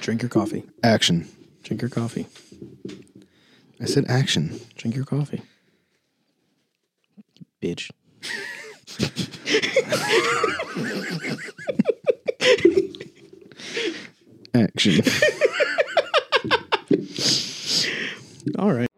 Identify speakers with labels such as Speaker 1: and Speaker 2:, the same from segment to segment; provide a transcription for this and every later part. Speaker 1: Drink your coffee.
Speaker 2: Action.
Speaker 1: Drink your coffee.
Speaker 2: I said action.
Speaker 1: Drink your coffee. Bitch.
Speaker 2: Action.
Speaker 1: All right.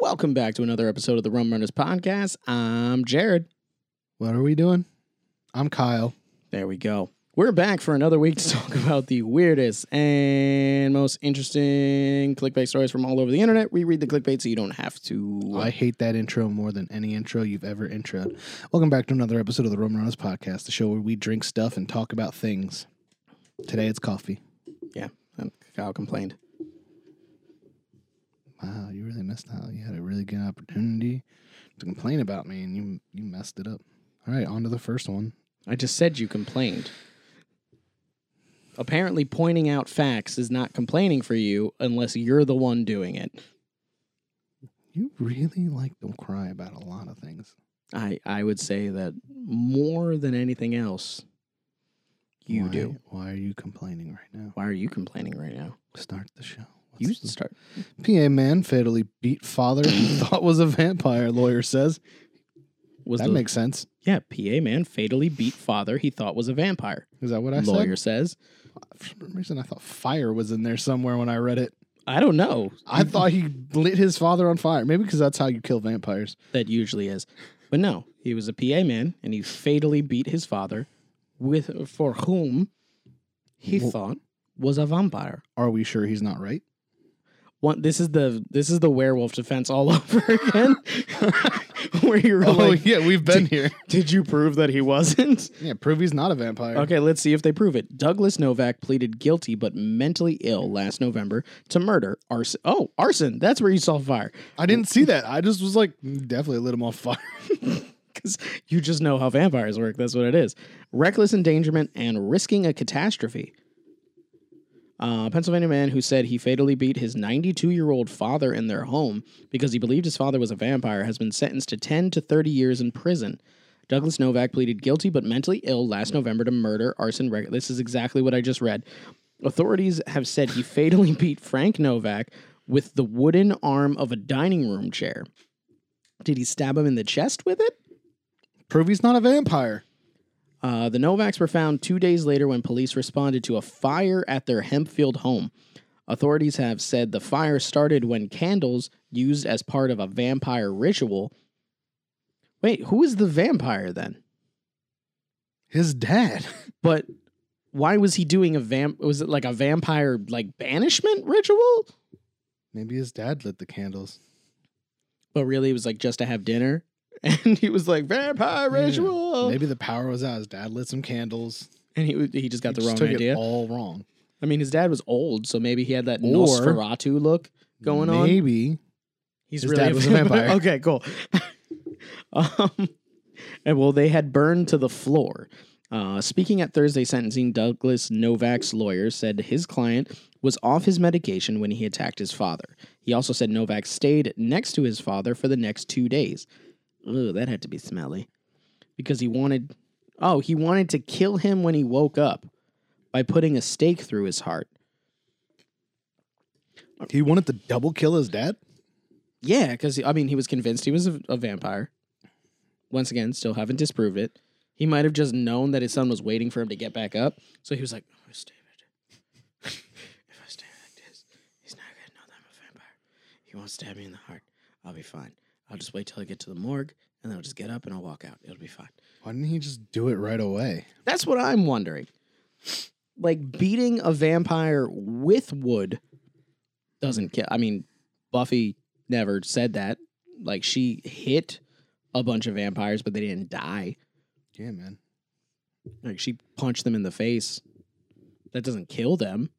Speaker 1: Welcome back to another episode of the Rum Runners Podcast. I'm Jared.
Speaker 2: what are we doing? I'm Kyle.
Speaker 1: There we go. We're back for another week to talk about the weirdest and most interesting clickbait stories from all over the internet. We read the clickbait so you don't have to.
Speaker 2: I hate that intro more than any intro you've ever introed. Welcome back to another episode of the Rum Runners Podcast, the show where we drink stuff and talk about things. Today it's coffee.
Speaker 1: yeah, um, Kyle complained.
Speaker 2: Wow, you really missed out. You had a really good opportunity to complain about me, and you you messed it up. All right, on to the first one.
Speaker 1: I just said you complained. Apparently, pointing out facts is not complaining for you unless you're the one doing it.
Speaker 2: You really like to cry about a lot of things.
Speaker 1: I, I would say that more than anything else, you
Speaker 2: Why-
Speaker 1: do.
Speaker 2: Why are you complaining right now?
Speaker 1: Why are you complaining right now?
Speaker 2: Start the show. What's
Speaker 1: You
Speaker 2: the-
Speaker 1: start.
Speaker 2: PA man fatally beat father he thought was a vampire, lawyer says.
Speaker 1: Was
Speaker 2: that
Speaker 1: the,
Speaker 2: makes sense.
Speaker 1: yeah, PA man fatally beat father he thought was a vampire.
Speaker 2: Is that what I
Speaker 1: Lawyer says,
Speaker 2: said? For some reason, I thought fire was in there somewhere when I read it.
Speaker 1: I don't know.
Speaker 2: I thought he lit his father on fire. Maybe because that's how you kill vampires.
Speaker 1: that usually is. But no, he was a PA man and he fatally beat his father with for whom he
Speaker 2: Wh-
Speaker 1: thought was a vampire.
Speaker 2: Are we sure he's not right?
Speaker 1: One, this is the this is the werewolf defense all over again. Where you're
Speaker 2: Oh,
Speaker 1: like,
Speaker 2: yeah, we've been here.
Speaker 1: did you prove that he wasn't?
Speaker 2: Yeah, prove he's not a vampire.
Speaker 1: Okay, let's see if they prove it. Douglas Novak pleaded guilty but mentally ill last November to murder, arson. Oh, arson. That's where you saw fire.
Speaker 2: I didn't see that. I just was like, "Mm, definitely lit him on fire.
Speaker 1: because you just know how vampires work. That's what it is. Reckless endangerment and risking a catastrophe. Uh, Pennsylvania man who said he fatally beat his 92 year old father in their home because he believed his father was a vampire has been sentenced to 10 to 30 years in prison. Douglas Novak pleaded guilty but mentally ill last November to murder, arson. Reg- this is exactly what I just read. Authorities have said he fatally beat Frank Novak with the wooden arm of a dining room chair. Did he stab him in the chest with it?
Speaker 2: prove he's not a vampire.
Speaker 1: Uh, the Novaks were found two days later when police responded to a fire at their Hempfield home. Authorities have said the fire started when candles used as part of a vampire ritual. Wait, who is the vampire then?
Speaker 2: His dad.
Speaker 1: But why was he doing a vamp? Was it like a vampire like banishment ritual?
Speaker 2: Maybe his dad lit the candles.
Speaker 1: But really, it was like just to have dinner, and he was like vampire
Speaker 2: Yeah.
Speaker 1: ritual,
Speaker 2: Maybe the power was out. His dad lit some candles.
Speaker 1: and he he just got
Speaker 2: He
Speaker 1: the
Speaker 2: just
Speaker 1: wrong
Speaker 2: took
Speaker 1: idea.
Speaker 2: It all wrong.
Speaker 1: I mean, his dad was old, so maybe he had that
Speaker 2: Or-
Speaker 1: Nosferatu look going on.
Speaker 2: Maybe
Speaker 1: He's
Speaker 2: His dad was a vampire.
Speaker 1: okay, cool. um, and well, they had burned to the floor. Uh, speaking at Thursday sentencing, Douglas Novak's lawyer said his client was off his medication when he attacked his father. He also said Novak stayed next to his father for the next two days. Ugh, that had to be smelly, because he wanted. Oh, he wanted to kill him when he woke up by putting a stake through his heart.
Speaker 2: he wanted to double kill his dad.
Speaker 1: Yeah, because I mean, he was convinced he was a, a vampire. Once again, still haven't disproved it. He might have just known that his son was waiting for him to get back up, so he was like, "Oh, David, if I stay like this, he's not gonna know that I'm a vampire. He won't stab me in the heart. I'll be fine. I'll just wait till I get to the morgue, and then I'll just get up and I'll walk out. It'll be fine."
Speaker 2: Why didn't he just do it right away?
Speaker 1: That's what I'm wondering. Like beating a vampire with wood doesn't kill. I mean, Buffy never said that. Like she hit a bunch of vampires, but they didn't die.
Speaker 2: Yeah, man.
Speaker 1: Like she punched them in the face. That doesn't kill them.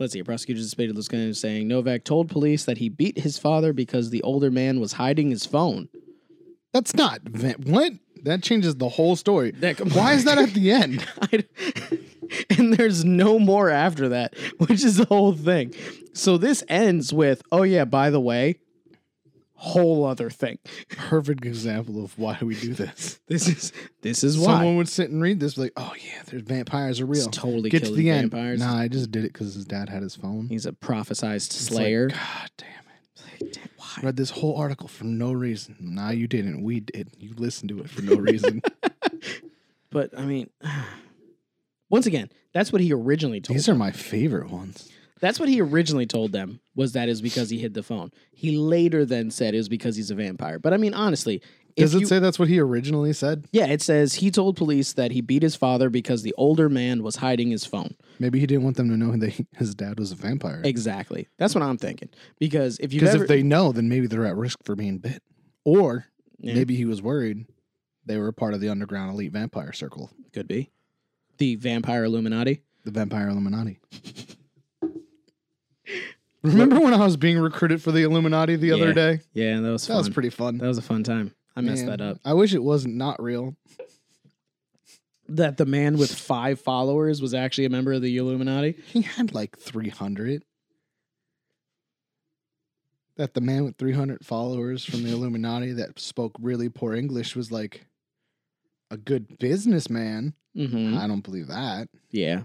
Speaker 1: Let's see. Prosecutors debated this guy saying Novak told police that he beat his father because the older man was hiding his phone.
Speaker 2: That's not Vin- what that changes the whole story.
Speaker 1: That-
Speaker 2: Why is that at the end?
Speaker 1: I- and there's no more after that, which is the whole thing. So this ends with, oh yeah, by the way, whole other thing.
Speaker 2: Perfect example of why we do this.
Speaker 1: This is this is why
Speaker 2: Someone would sit and read this, be like, "Oh yeah, there's vampires are real."
Speaker 1: It's totally
Speaker 2: Get to
Speaker 1: killing
Speaker 2: the end.
Speaker 1: vampires.
Speaker 2: Nah, I just did it because his dad had his phone.
Speaker 1: he's a prophesized
Speaker 2: It's like,
Speaker 1: slayer.
Speaker 2: God damn it!
Speaker 1: Why?
Speaker 2: Read this whole article for no reason. Nah, you didn't. We did. You listened to it for no reason.
Speaker 1: But I mean, once again, that's what he originally told.
Speaker 2: These are my favorite ones.
Speaker 1: That's what he originally told them was that is because he hid the phone. He later then said it was because he's a vampire. But I mean, honestly, if
Speaker 2: Does it
Speaker 1: you-
Speaker 2: say that's what he originally said?
Speaker 1: Yeah, it says he told police that he beat his father because the older man was hiding his phone.
Speaker 2: Maybe he didn't want them to know that he- his dad was a vampire.
Speaker 1: Exactly. That's what I'm thinking. Because if you
Speaker 2: Because
Speaker 1: ever,
Speaker 2: if they know, then maybe they're at risk for being bit. Or
Speaker 1: Yeah.
Speaker 2: maybe he was worried they were a part of the underground elite vampire circle,
Speaker 1: could be the vampire Illuminati.
Speaker 2: the vampire Illuminati. Remember when I was being recruited for the Illuminati the
Speaker 1: Yeah,
Speaker 2: other day?
Speaker 1: Yeah, that was
Speaker 2: That
Speaker 1: fun.
Speaker 2: was pretty fun.
Speaker 1: that was a fun time. I messed
Speaker 2: Man,
Speaker 1: that up.
Speaker 2: I wish it wasn't not real.
Speaker 1: That the man with five followers was actually a member of the Illuminati.
Speaker 2: He had like 300. That the man with 300 followers from the Illuminati that spoke really poor English was like a good businessman.
Speaker 1: Mm-hmm.
Speaker 2: I don't believe that.
Speaker 1: Yeah.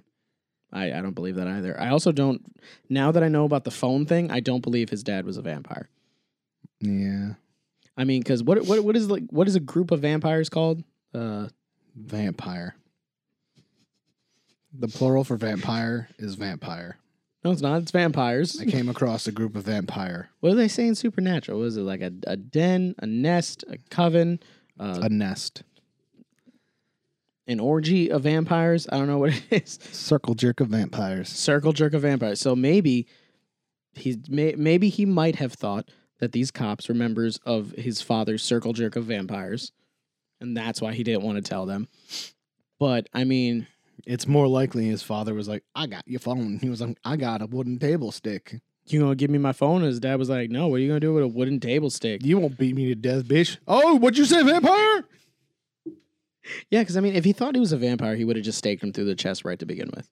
Speaker 1: I, I don't believe that either. I also don't now that I know about the phone thing, I don't believe his dad was a vampire.
Speaker 2: Yeah.
Speaker 1: I mean, because what what what is like what is a group of vampires called? Uh
Speaker 2: Vampire. The plural for vampire is vampire.
Speaker 1: no, it's not. It's vampires.
Speaker 2: I came across a group of vampire,
Speaker 1: What do they say in Supernatural? Was it like a, a den, a nest, a coven, uh,
Speaker 2: a nest.
Speaker 1: an orgy of vampires? I don't know what it is.
Speaker 2: Circle jerk of vampires.
Speaker 1: Circle jerk of vampires. So maybe he's may, maybe he might have thought that these cops were members of his father's circle jerk of vampires, and that's why he didn't want to tell them. But I mean,
Speaker 2: It's more likely his father was like, I got your phone. He was like, I got a wooden table stick.
Speaker 1: you gonna give me my phone? And his dad was like, "No, what are you gonna do with a wooden table stick?"
Speaker 2: You won't beat me to death, bitch. Oh, what'd you say, vampire?
Speaker 1: Yeah, because I mean, if he thought he was a vampire, he would have just staked him through the chest right to begin with.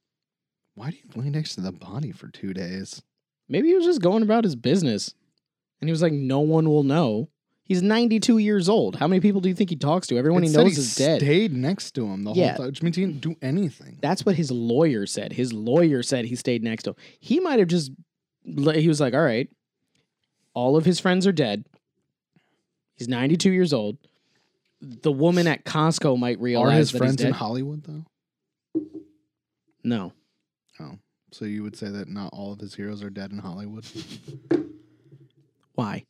Speaker 2: Why do you lay next to the body for two days?
Speaker 1: Maybe he was just going about his business. And he was like, no one will know. He's 92 years old. How many people do you think he talks to? Everyone
Speaker 2: It
Speaker 1: he
Speaker 2: said
Speaker 1: knows is dead.
Speaker 2: Stayed next to him the whole
Speaker 1: Yeah.
Speaker 2: time, which means he didn't do anything.
Speaker 1: That's what his lawyer said. His lawyer said he stayed next to him. He might have just, he was like, all right, all of his friends are dead. He's 92 years old. The woman at Costco might realize
Speaker 2: Are his
Speaker 1: that
Speaker 2: friends
Speaker 1: he's
Speaker 2: in
Speaker 1: dead.
Speaker 2: Hollywood though?
Speaker 1: no.
Speaker 2: So you would say that not all of his heroes are dead in Hollywood?
Speaker 1: Why?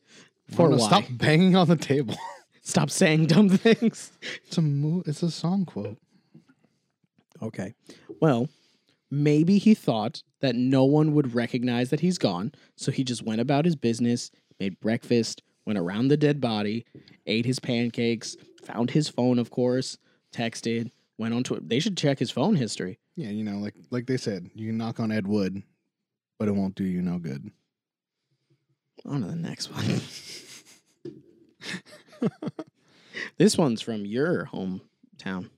Speaker 2: For
Speaker 1: For why?
Speaker 2: Stop
Speaker 1: Stop.
Speaker 2: banging on the table.
Speaker 1: stop saying dumb things.
Speaker 2: It's a mo- it's a song quote.
Speaker 1: Okay. Well, maybe he thought that no one would recognize that he's gone, so he just went about his business, made breakfast, went around the dead body, ate his pancakes, found his phone, of course, texted, went on Twitter. They should check his phone history.
Speaker 2: Yeah, you know, like like they said, you can knock on Ed Wood, but it won't do you no good.
Speaker 1: On to the next one. this one's from your hometown.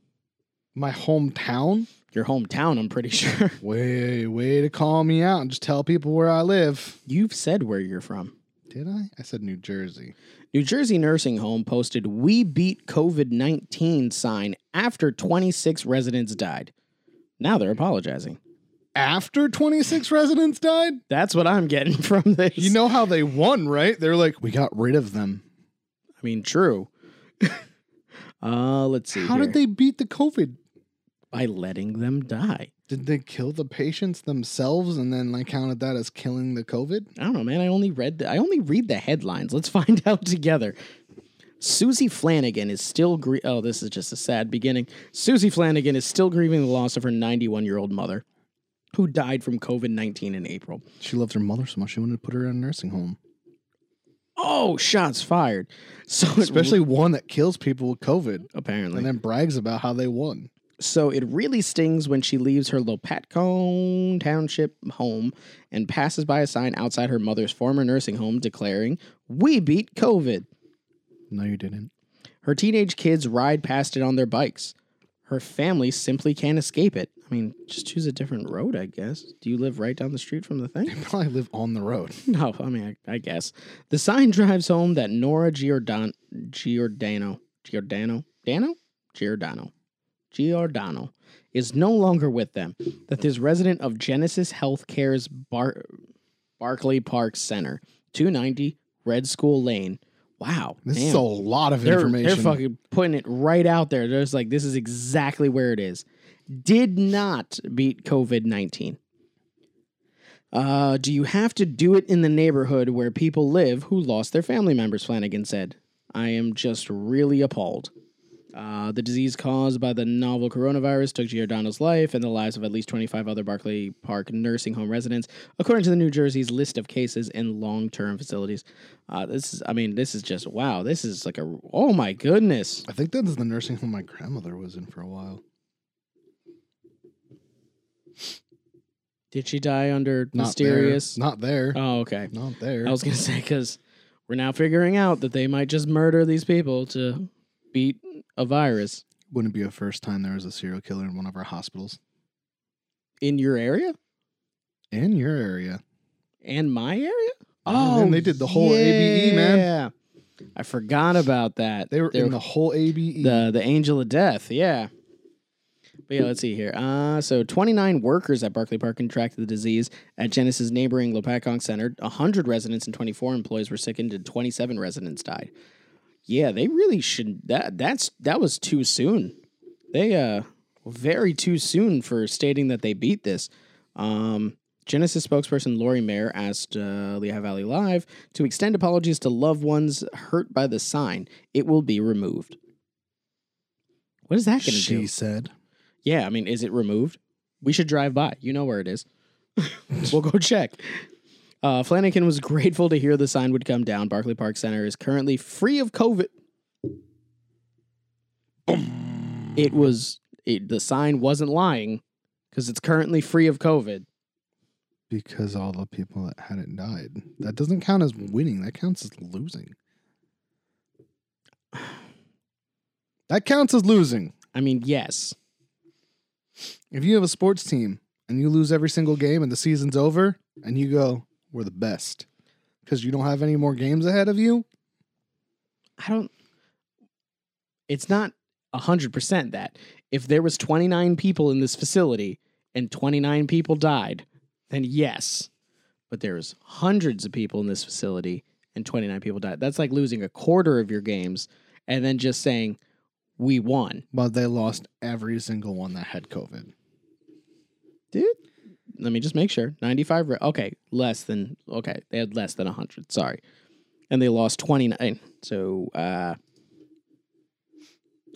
Speaker 2: My hometown?
Speaker 1: Your hometown, I'm pretty sure.
Speaker 2: Way, way to call me out and just tell people where I live.
Speaker 1: You've said where you're from.
Speaker 2: Did I? I said New Jersey.
Speaker 1: New Jersey nursing home posted "We beat COVID-19" sign after 26 residents died. Now they're apologizing.
Speaker 2: After 26 residents died?
Speaker 1: That's what I'm getting from this.
Speaker 2: You know how they won, right? They're like, we got rid of them.
Speaker 1: I mean, true. uh, let's see.
Speaker 2: How did they beat the COVID?
Speaker 1: By letting them die.
Speaker 2: Did they kill the patients themselves and then like counted that as killing the COVID?
Speaker 1: I don't know, man. I only read. The, I only read the headlines. Let's find out together. Susie Flanagan is still. Gr- oh, this is just a sad beginning. Susie Flanagan is still grieving the loss of her 91-year-old mother, who died from COVID-19 in April.
Speaker 2: She loved her mother so much she wanted to put her in a nursing home.
Speaker 1: Oh, shots fired. So it-
Speaker 2: Especially one that kills people with COVID
Speaker 1: apparently.
Speaker 2: and then brags about how they won.
Speaker 1: So it really stings when she leaves her Lopatcong Township home and passes by a sign outside her mother's former nursing home declaring, We beat COVID.
Speaker 2: No, you didn't.
Speaker 1: Her teenage kids ride past it on their bikes. Her family simply can't escape it. I mean, just choose a different road, I guess. Do you live right down the street from the thing?
Speaker 2: You probably live on the road.
Speaker 1: No, I mean, I, I guess. The sign drives home that Nora Giordan- Giordano, Giordano, Dano? Giordano, Giordano is no longer with them, that this resident of Genesis Healthcare's Bar- Barclay Park Center, 290 Red School Lane. Wow.
Speaker 2: This
Speaker 1: damn
Speaker 2: is a lot of
Speaker 1: they're,
Speaker 2: information.
Speaker 1: They're fucking putting it right out there. They're just like, this is exactly where it is. Did not beat COVID 19. Uh, do you have to do it in the neighborhood where people live who lost their family members? Flanagan said. I am just really appalled. Uh, the disease caused by the novel coronavirus took Giordano's life and the lives of at least 25 other Barclay Park nursing home residents, according to the New Jersey's list of cases in long-term facilities. Uh, this is, I mean, this is just wow. This is like a oh my goodness.
Speaker 2: I think that is the nursing home my grandmother was in for a while.
Speaker 1: Did she die under
Speaker 2: Not
Speaker 1: mysterious?
Speaker 2: There. Not there.
Speaker 1: Oh, okay.
Speaker 2: Not there.
Speaker 1: I was gonna say because we're now figuring out that they might just murder these people to beat a virus
Speaker 2: Wouldn't it be a first time there was a serial killer in one of our hospitals
Speaker 1: in your area
Speaker 2: in your area.
Speaker 1: and my area.
Speaker 2: Oh, man, they did the whole ABE, man.
Speaker 1: Yeah, I forgot about that.
Speaker 2: They were in the whole E, ABE.
Speaker 1: the the angel of death. Yeah. But yeah, let's see here. Uh, so 29 workers at Barclay Park contracted the disease at Genesis' neighboring Lopakong Center. 100 residents and 24 employees were sickened, and 27 residents died. Yeah, they really should. That that's that was too soon. They uh very too soon for stating that they beat this. Um, Genesis spokesperson Lori Mayer asked uh, Lehigh Valley Live to extend apologies to loved ones hurt by the sign. It will be removed. What is that going to
Speaker 2: she
Speaker 1: do?
Speaker 2: said.
Speaker 1: Yeah, I mean, is it removed? We should drive by. You know where it is. we'll go check. Uh, Flanagan was grateful to hear the sign would come down. Barclay Park Center is currently free of COVID. It was it, the sign wasn't lying because it's currently free of COVID.
Speaker 2: Because all the people that hadn't died. That doesn't count as winning. That counts as losing. That counts as losing.
Speaker 1: I mean, yes,
Speaker 2: If you have a sports team and you lose every single game and the season's over and you go, we're the best because you don't have any more games ahead of you,
Speaker 1: I don't. It's not hundred percent that if there was twenty nine people in this facility and twenty nine people died, then yes. But there was hundreds of people in this facility and twenty nine people died. That's like losing a quarter of your games and then just saying we won,
Speaker 2: but they lost every single one that had COVID.
Speaker 1: dude. Let me just make sure. Ninety five. Re- okay, less than. Okay, they had less than hundred. Sorry, and they lost twenty nine. So. uh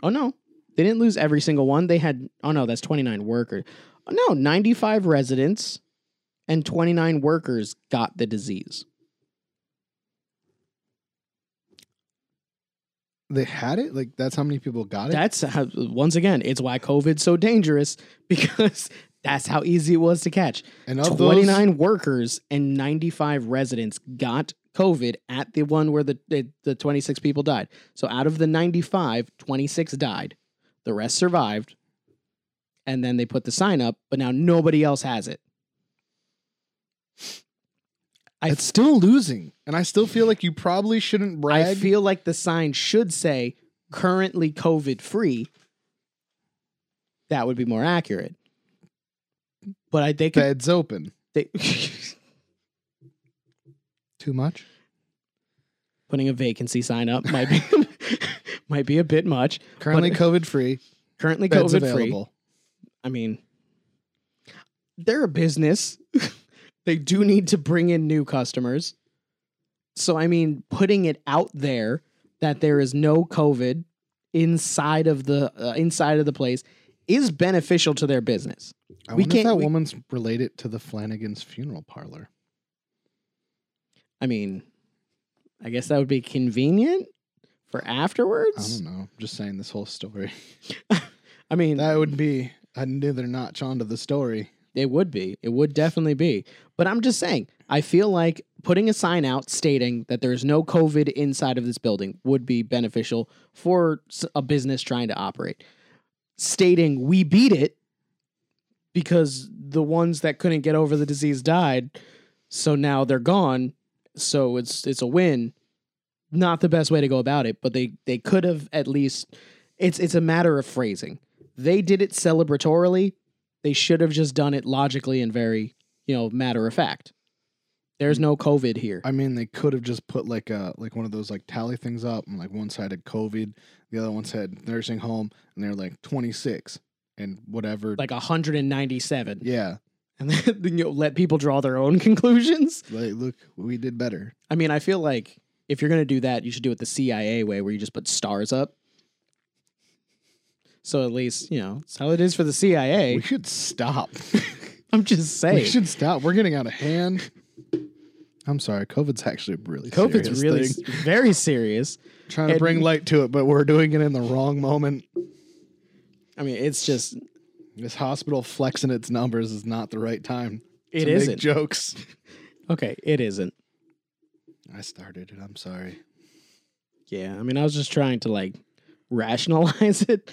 Speaker 1: Oh no, they didn't lose every single one. They had oh no, that's twenty nine workers. No, ninety five residents and twenty nine workers got the disease.
Speaker 2: They had it? Like, that's how many people got it?
Speaker 1: That's how, once again, it's why COVID's so dangerous because that's how easy it was to catch.
Speaker 2: and of
Speaker 1: Twenty
Speaker 2: those,
Speaker 1: nine workers and ninety five residents got COVID at the one where the the, the twenty six people died. So out of the 95, 26 died. The rest survived. And then they put the sign up, but now nobody else has it. I-
Speaker 2: it's still losing. And I still feel like you probably shouldn't brag.
Speaker 1: I feel like the sign should say currently COVID free. That would be more accurate. But I think
Speaker 2: beds open.
Speaker 1: they,
Speaker 2: Too much?
Speaker 1: putting a vacancy sign up might be might be a bit much.
Speaker 2: Currently COVID free.
Speaker 1: Currently
Speaker 2: Beds
Speaker 1: COVID free.
Speaker 2: available.
Speaker 1: I mean, they're a business. they do need to bring in new customers. So, I mean, putting it out there that there is no COVID inside of the uh, inside of the place is beneficial to their business.
Speaker 2: I
Speaker 1: We
Speaker 2: wonder if
Speaker 1: can't-
Speaker 2: that
Speaker 1: we-
Speaker 2: woman's related to the Flanagan's funeral parlor.
Speaker 1: I mean, I guess that would be convenient for
Speaker 2: I
Speaker 1: afterwards.
Speaker 2: Um, don't know. I'm just saying this whole story.
Speaker 1: I I mean,
Speaker 2: That would be another notch onto the story.
Speaker 1: It would be. It would definitely be. But I'm just saying, I feel like putting a sign out stating that there's no COVID inside of this building would be beneficial for s- a business trying to operate. Stating we beat it because the ones that couldn't get over the disease died, so now they're gone. So it's it's a win. Not the best way to go about it, but they they could have at least it's it's a matter of phrasing. They did it celebratorily they should have just done it logically and very, you know, matter of fact. There's no COVID here.
Speaker 2: I mean, they could have just put like a like one of those like tally things up, and like one side had COVID, the other one said nursing home, and they're like twenty six and whatever.
Speaker 1: like 197.
Speaker 2: yeah,
Speaker 1: And then you know, let people draw their own conclusions.
Speaker 2: like look, we did better.
Speaker 1: I mean, I feel like if you're going to do that, you should do it the CIA way where you just put stars up. So at least, you know, it's how it is for the
Speaker 2: We
Speaker 1: CIA.
Speaker 2: should stop.
Speaker 1: I'm just
Speaker 2: we
Speaker 1: saying.
Speaker 2: should stop. We're getting out of hand. I'm sorry, COVID's actually a really
Speaker 1: COVID's
Speaker 2: serious
Speaker 1: really
Speaker 2: thing.
Speaker 1: s- very serious.
Speaker 2: trying to
Speaker 1: and-
Speaker 2: bring light to it, but we're doing it in the wrong moment.
Speaker 1: I mean, it's just,
Speaker 2: This hospital flexing its numbers is not the right time.
Speaker 1: it
Speaker 2: to make
Speaker 1: isn't.
Speaker 2: jokes.
Speaker 1: okay, it isn't.
Speaker 2: I started it. I'm sorry.
Speaker 1: Yeah, I mean, I was just trying to like rationalize it.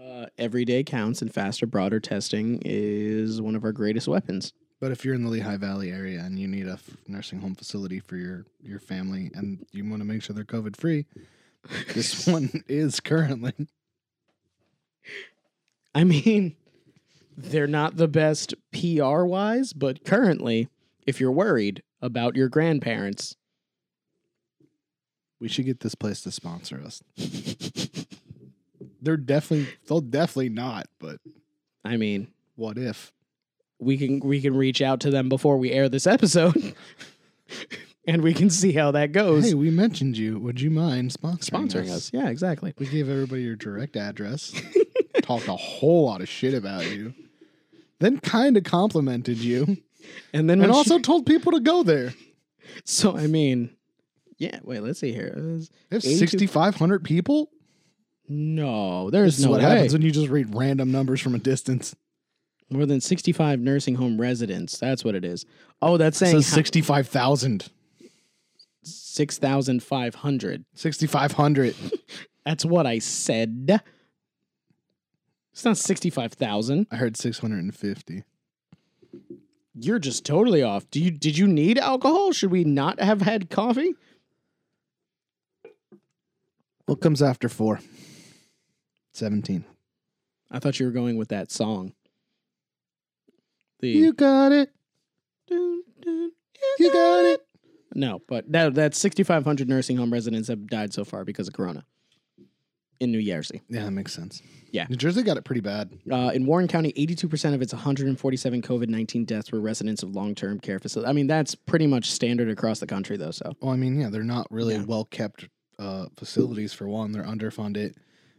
Speaker 1: Uh, every day counts, and faster, broader testing is one of our greatest weapons.
Speaker 2: But if you're in the Lehigh Valley area and you need a f- nursing home facility for your your family and you want to make sure they're COVID free, this one is currently.
Speaker 1: I mean, they're not the best PR wise, but currently, if you're worried about your grandparents,
Speaker 2: We should get this place to sponsor us. They're definitely they'll definitely not, but
Speaker 1: I mean,
Speaker 2: what if?
Speaker 1: we can we can reach out to them before we air this episode, and we can see how that goes.
Speaker 2: Hey, we mentioned you. Would you mind sponsoring,
Speaker 1: Sponsoring us, yeah, exactly.
Speaker 2: We gave everybody your direct address. talked a whole lot of shit about you. Then kind of complimented you
Speaker 1: And then
Speaker 2: and
Speaker 1: when she-
Speaker 2: also told people to go there.
Speaker 1: so I mean, yeah. Wait, let's see here. Uh,
Speaker 2: They have
Speaker 1: 82
Speaker 2: 6,500d people.
Speaker 1: No,
Speaker 2: This
Speaker 1: there's
Speaker 2: is
Speaker 1: no
Speaker 2: what
Speaker 1: way.
Speaker 2: happens when you just read random numbers from a distance.
Speaker 1: More than 65 nursing home residents. That's what it is. Oh, that's
Speaker 2: It
Speaker 1: saying
Speaker 2: says
Speaker 1: how-
Speaker 2: 65,000.
Speaker 1: 6,500.
Speaker 2: 6,500.
Speaker 1: that's what I said. It's not 65,000.
Speaker 2: I heard 650.
Speaker 1: You're just totally off. Do you did you need alcohol? Should we not have had coffee?
Speaker 2: What comes after four? 17.
Speaker 1: I thought you were going with that song. The
Speaker 2: You got it. You got it.
Speaker 1: No, but that that's 6,500 nursing home residents have died so far because of corona in New Jersey.
Speaker 2: Yeah, that makes sense.
Speaker 1: Yeah.
Speaker 2: New Jersey got it pretty bad.
Speaker 1: Uh, in Warren County, 82% of its 147 COVID 19 deaths were residents of long term care facilities. I mean, that's pretty much standard across the country, though. So,
Speaker 2: Well, I mean, yeah, they're not really
Speaker 1: Yeah.
Speaker 2: well kept uh, facilities for one. They're underfunded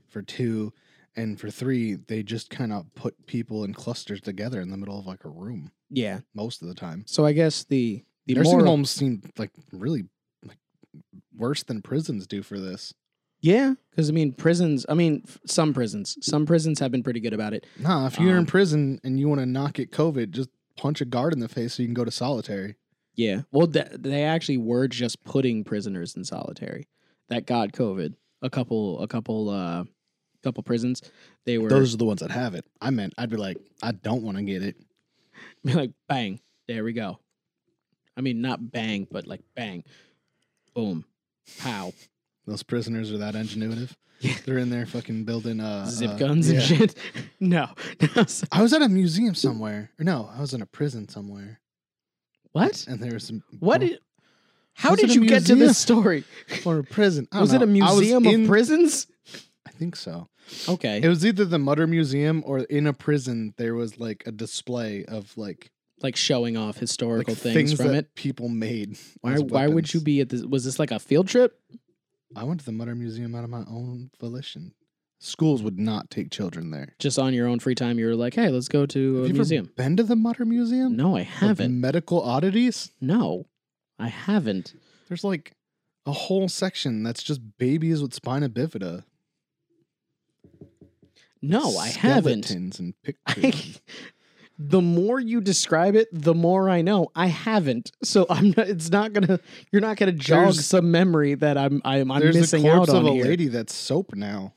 Speaker 2: for two. And for three, they just kind of put people in clusters together in the middle of like a room
Speaker 1: yeah.
Speaker 2: most of the time.
Speaker 1: So, I guess the, the
Speaker 2: Nursing
Speaker 1: moral.
Speaker 2: homes seem like really like worse than prisons do for this.
Speaker 1: Yeah. Because, I mean, prisons, I mean, f- some prisons, some prisons have been pretty good about it.
Speaker 2: Nah, if you're in
Speaker 1: Um,
Speaker 2: prison and you want to not get COVID, just punch a guard in the face so you can go to solitary.
Speaker 1: Yeah. Well, th- they actually were just putting prisoners in solitary that got COVID. A couple, a couple, uh, couple prisons. They were
Speaker 2: Those are the ones that have it. I meant I'd be like, I don't want to get it.
Speaker 1: Be like bang, there we go. I mean, not bang, but like bang, boom, pow,
Speaker 2: Those prisoners are that ingenuitive.
Speaker 1: Yeah.
Speaker 2: They're in there fucking building uh,
Speaker 1: zip
Speaker 2: uh,
Speaker 1: guns and
Speaker 2: yeah.
Speaker 1: shit. no,
Speaker 2: I was at a museum somewhere. Or no, I was in a prison somewhere.
Speaker 1: what?
Speaker 2: And there was some
Speaker 1: What? Did, how
Speaker 2: Was it
Speaker 1: did
Speaker 2: a
Speaker 1: you get to
Speaker 2: museum?
Speaker 1: this story?
Speaker 2: or a prison. I don't
Speaker 1: Was it a
Speaker 2: know. I was
Speaker 1: museum of
Speaker 2: in-
Speaker 1: prisons?
Speaker 2: I think so.
Speaker 1: Okay,
Speaker 2: It was either the Mutter Museum or in a prison there was like a display of like,
Speaker 1: like showing off
Speaker 2: like
Speaker 1: historical
Speaker 2: things,
Speaker 1: things, from
Speaker 2: that
Speaker 1: it.
Speaker 2: people made.
Speaker 1: Why?
Speaker 2: as
Speaker 1: Why would you
Speaker 2: weapons.
Speaker 1: be at this? Was this like a field trip?
Speaker 2: I went to the Mutter Museum out of my own volition. Schools would not take children there.
Speaker 1: Just on your own free time, you were like, "Hey, let's go
Speaker 2: Have
Speaker 1: to
Speaker 2: you
Speaker 1: a
Speaker 2: ever
Speaker 1: museum."
Speaker 2: been to the Mutter Museum?
Speaker 1: No, I
Speaker 2: Like,
Speaker 1: haven't.
Speaker 2: medical oddities?
Speaker 1: No, I haven't.
Speaker 2: There's like a whole section that's just babies with spina bifida.
Speaker 1: No, I haven't.
Speaker 2: Skeletons and
Speaker 1: I,
Speaker 2: pictures.
Speaker 1: the more you describe it, the more I know. I haven't, so I'm. Not, it's not gonna. You're not gonna jog
Speaker 2: There's-
Speaker 1: some memory that I'm. I'm, I'm
Speaker 2: There's
Speaker 1: missing
Speaker 2: a corpse
Speaker 1: out on
Speaker 2: of a
Speaker 1: here.
Speaker 2: lady that's soap now.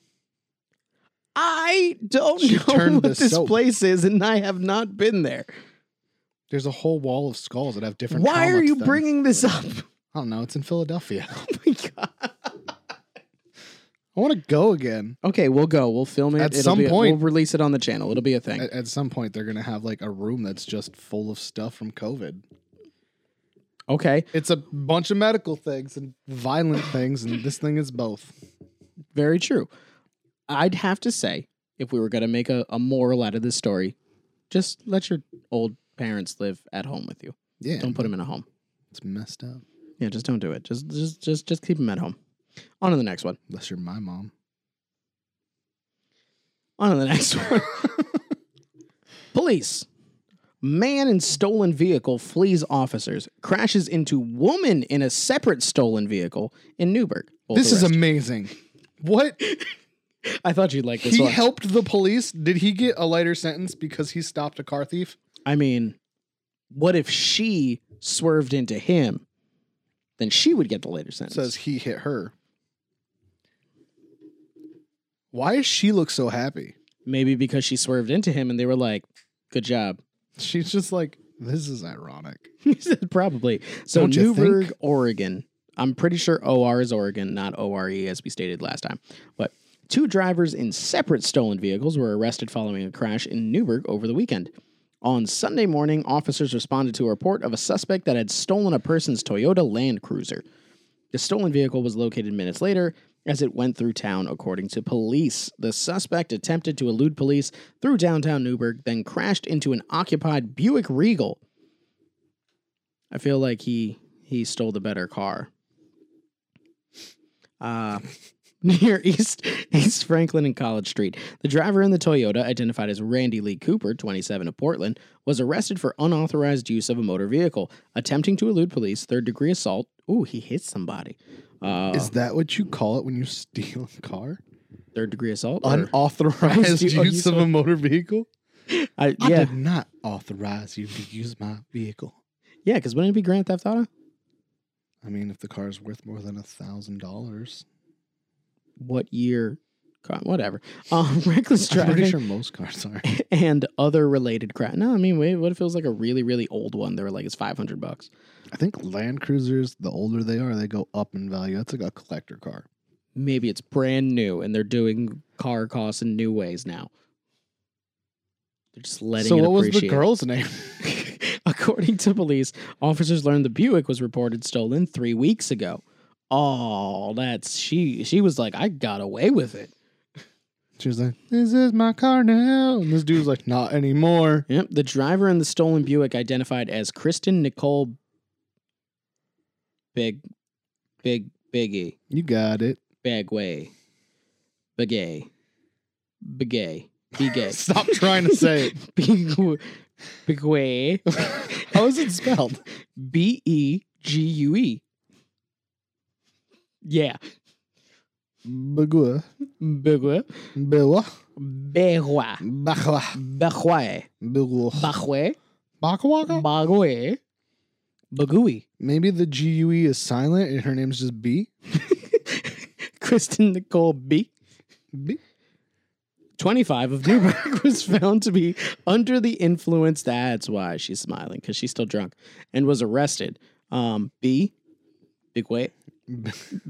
Speaker 1: I don't
Speaker 2: She
Speaker 1: know
Speaker 2: turned
Speaker 1: what
Speaker 2: to
Speaker 1: this
Speaker 2: soap.
Speaker 1: place is, and I have not been there.
Speaker 2: There's a whole wall of skulls that have different.
Speaker 1: Why
Speaker 2: trauma
Speaker 1: are
Speaker 2: to
Speaker 1: you
Speaker 2: them.
Speaker 1: bringing this up?
Speaker 2: I don't know. It's in Philadelphia.
Speaker 1: Oh my god.
Speaker 2: I want to go again.
Speaker 1: Okay, we'll go. We'll film it.
Speaker 2: At
Speaker 1: It'll
Speaker 2: some
Speaker 1: be a-
Speaker 2: point-
Speaker 1: we'll release it on the channel. It'll be a thing.
Speaker 2: At, at some point, they're gonna have like a room that's just full of stuff from COVID.
Speaker 1: Okay,
Speaker 2: It's a bunch of medical things and violent things, and this thing is both.
Speaker 1: very true. I'd have to say, if we were going to make a, a moral out of this story, just let your old parents live at home with you.
Speaker 2: Yeah,
Speaker 1: Don't put them in a home.
Speaker 2: it's messed up.
Speaker 1: Yeah, just don't do it. Just just just just keep them at home. On to the next one.
Speaker 2: Unless you're my mom.
Speaker 1: On to the next one. Police. Man in stolen vehicle flees officers, crashes into woman in a separate stolen vehicle in Newburgh. Both
Speaker 2: this is
Speaker 1: arrested.
Speaker 2: amazing. What
Speaker 1: I thought you'd like this
Speaker 2: he
Speaker 1: one.
Speaker 2: helped the police? Did he get a lighter sentence because he stopped a car thief?
Speaker 1: I mean, what if she swerved into him? Then she would get the later sentence.
Speaker 2: Says he hit her. Why does she look so happy?
Speaker 1: Maybe because she swerved into him and they were like, good job.
Speaker 2: She's just like, this is ironic.
Speaker 1: He said, Probably. So
Speaker 2: Don't you think?
Speaker 1: Newburgh, Oregon. I'm pretty sure OR is Oregon, not ORE, as we stated last time. But two drivers in separate stolen vehicles were arrested following a crash in Newburgh over the weekend. On Sunday morning, officers responded to a report of a suspect that had stolen a person's Toyota Land Cruiser. The stolen vehicle was located minutes later as it went through town, according to police. The suspect attempted to elude police through downtown Newburgh, then crashed into an occupied Buick Regal. I feel like he he stole the better car. Uh near East East Franklin and College Street. The driver in the Toyota, identified as Randy Lee Cooper, 27 of Portland, was arrested for unauthorized use of a motor vehicle, attempting to elude police, third degree assault. Ooh, he hit somebody. Uh,
Speaker 2: Is that what you call it when you steal a car?
Speaker 1: third degree assault? or-
Speaker 2: Unauthorized
Speaker 1: you- oh, you
Speaker 2: use of a motor vehicle?
Speaker 1: I-
Speaker 2: I
Speaker 1: yeah,
Speaker 2: did not authorize you to use my vehicle.
Speaker 1: yeah, because wouldn't it be Grand Theft Auto?
Speaker 2: I mean, if the car is worth more than a thousand dollars,
Speaker 1: What year? God, Whatever. Um, reckless
Speaker 2: I'm
Speaker 1: driving.
Speaker 2: pretty sure most cars are.
Speaker 1: and other related crap. No, I mean, wait, what if it was like a really, really old one? They were like, it's 500 bucks.
Speaker 2: I think Land Cruisers, the older they are, they go up in value. That's like a collector car.
Speaker 1: Maybe it's brand new and they're doing car costs in new ways now. They're just letting
Speaker 2: so
Speaker 1: it
Speaker 2: what was the
Speaker 1: appreciate.
Speaker 2: girl's name?
Speaker 1: According to police, officers learned the Buick was reported stolen three weeks ago. Oh, that's she. She was like, I got away with it.
Speaker 2: She was like, "This is my car now," and this dude's like, "Not anymore."
Speaker 1: Yep. The driver in the stolen Buick identified as Kristen Nicole Big, Big, Biggie.
Speaker 2: You got it.
Speaker 1: Bagway. Bagay. Bagay. Bigay.
Speaker 2: Stop trying to say it.
Speaker 1: Big- Bigway.
Speaker 2: How is it spelled?
Speaker 1: B E G U E. Yeah.
Speaker 2: Bagua,
Speaker 1: Bagway.
Speaker 2: Bagua,
Speaker 1: Bagwa.
Speaker 2: Bakwa,
Speaker 1: Bagway.
Speaker 2: Bagua,
Speaker 1: Bagway.
Speaker 2: Bakwaka.
Speaker 1: Bagway. Bagui.
Speaker 2: Maybe the G U E is silent and her name's just B.
Speaker 1: Kristen Nicole B.
Speaker 2: B.
Speaker 1: 25 of Newburgh was found to be under the influence. That's why she's smiling because she's still drunk and was arrested. Um, B, big way,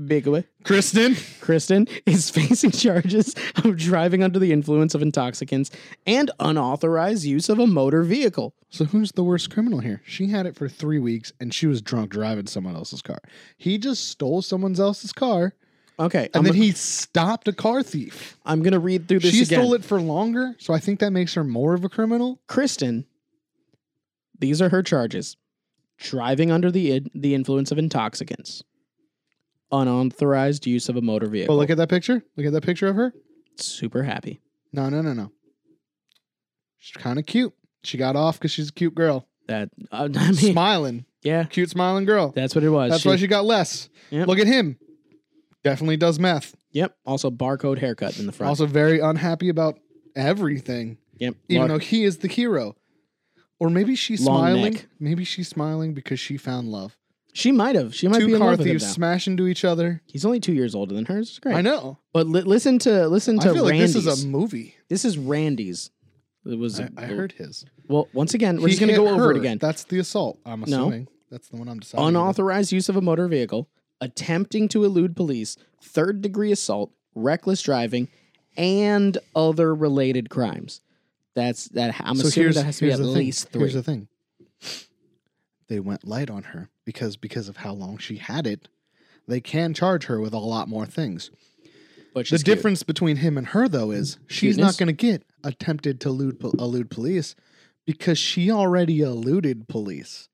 Speaker 1: big way.
Speaker 2: Kristen.
Speaker 1: Kristen is facing charges of driving under the influence of intoxicants and unauthorized use of a motor vehicle.
Speaker 2: So who's the worst criminal here? She had it for three weeks and she was drunk driving someone else's car. He just stole someone else's car
Speaker 1: Okay,
Speaker 2: and
Speaker 1: I'm,
Speaker 2: then he stopped a car thief.
Speaker 1: I'm gonna read through this
Speaker 2: She
Speaker 1: again.
Speaker 2: stole it for longer, so I think that makes her more of a criminal.
Speaker 1: Kristen, these are her charges: driving under the in- the influence of intoxicants, unauthorized use of a motor
Speaker 2: But
Speaker 1: vehicle.
Speaker 2: look at that picture. Look at that picture of her.
Speaker 1: super happy.
Speaker 2: No, no, no, no. She's kind of cute. She got off because she's a cute girl.
Speaker 1: That uh, I mean,
Speaker 2: smiling.
Speaker 1: yeah,
Speaker 2: Cute smiling girl.
Speaker 1: that's what it was.
Speaker 2: That's
Speaker 1: She-
Speaker 2: why she got less.
Speaker 1: Yep.
Speaker 2: Look at him. Definitely does meth.
Speaker 1: Yep. Also, barcode haircut in the front.
Speaker 2: Also very unhappy about everything,
Speaker 1: Yep.
Speaker 2: even
Speaker 1: Lar-
Speaker 2: though he is the hero. Or maybe she's
Speaker 1: Long
Speaker 2: smiling.
Speaker 1: neck.
Speaker 2: Maybe she's smiling because she found love.
Speaker 1: she might have. She might
Speaker 2: Two
Speaker 1: be in love with him
Speaker 2: Carthews
Speaker 1: now.
Speaker 2: smash into each other.
Speaker 1: He's only two years older than hers. It's great.
Speaker 2: I know.
Speaker 1: But li- listen to listen
Speaker 2: I
Speaker 1: to
Speaker 2: feel like
Speaker 1: Randy's.
Speaker 2: this is a movie.
Speaker 1: Randy's. It was.
Speaker 2: I, I heard his.
Speaker 1: Well, once again, we're
Speaker 2: He
Speaker 1: just gonna
Speaker 2: hit
Speaker 1: go over
Speaker 2: her.
Speaker 1: it again.
Speaker 2: That's the assault. I'm
Speaker 1: No.
Speaker 2: assuming. That's the one I'm deciding. on.
Speaker 1: Unauthorized use of a motor vehicle, attempting to elude police, third degree assault, reckless driving, and other related crimes. That's that. I'm assuming that has to be at
Speaker 2: the thing.
Speaker 1: least three.
Speaker 2: Here's the thing. They went light on her because because of how long she had it. They can charge her with a lot more things.
Speaker 1: but
Speaker 2: the
Speaker 1: she's cute.
Speaker 2: difference between him and her though is she's
Speaker 1: Cuteness.
Speaker 2: not going to get attempted to elude, po- elude police because she already eluded police.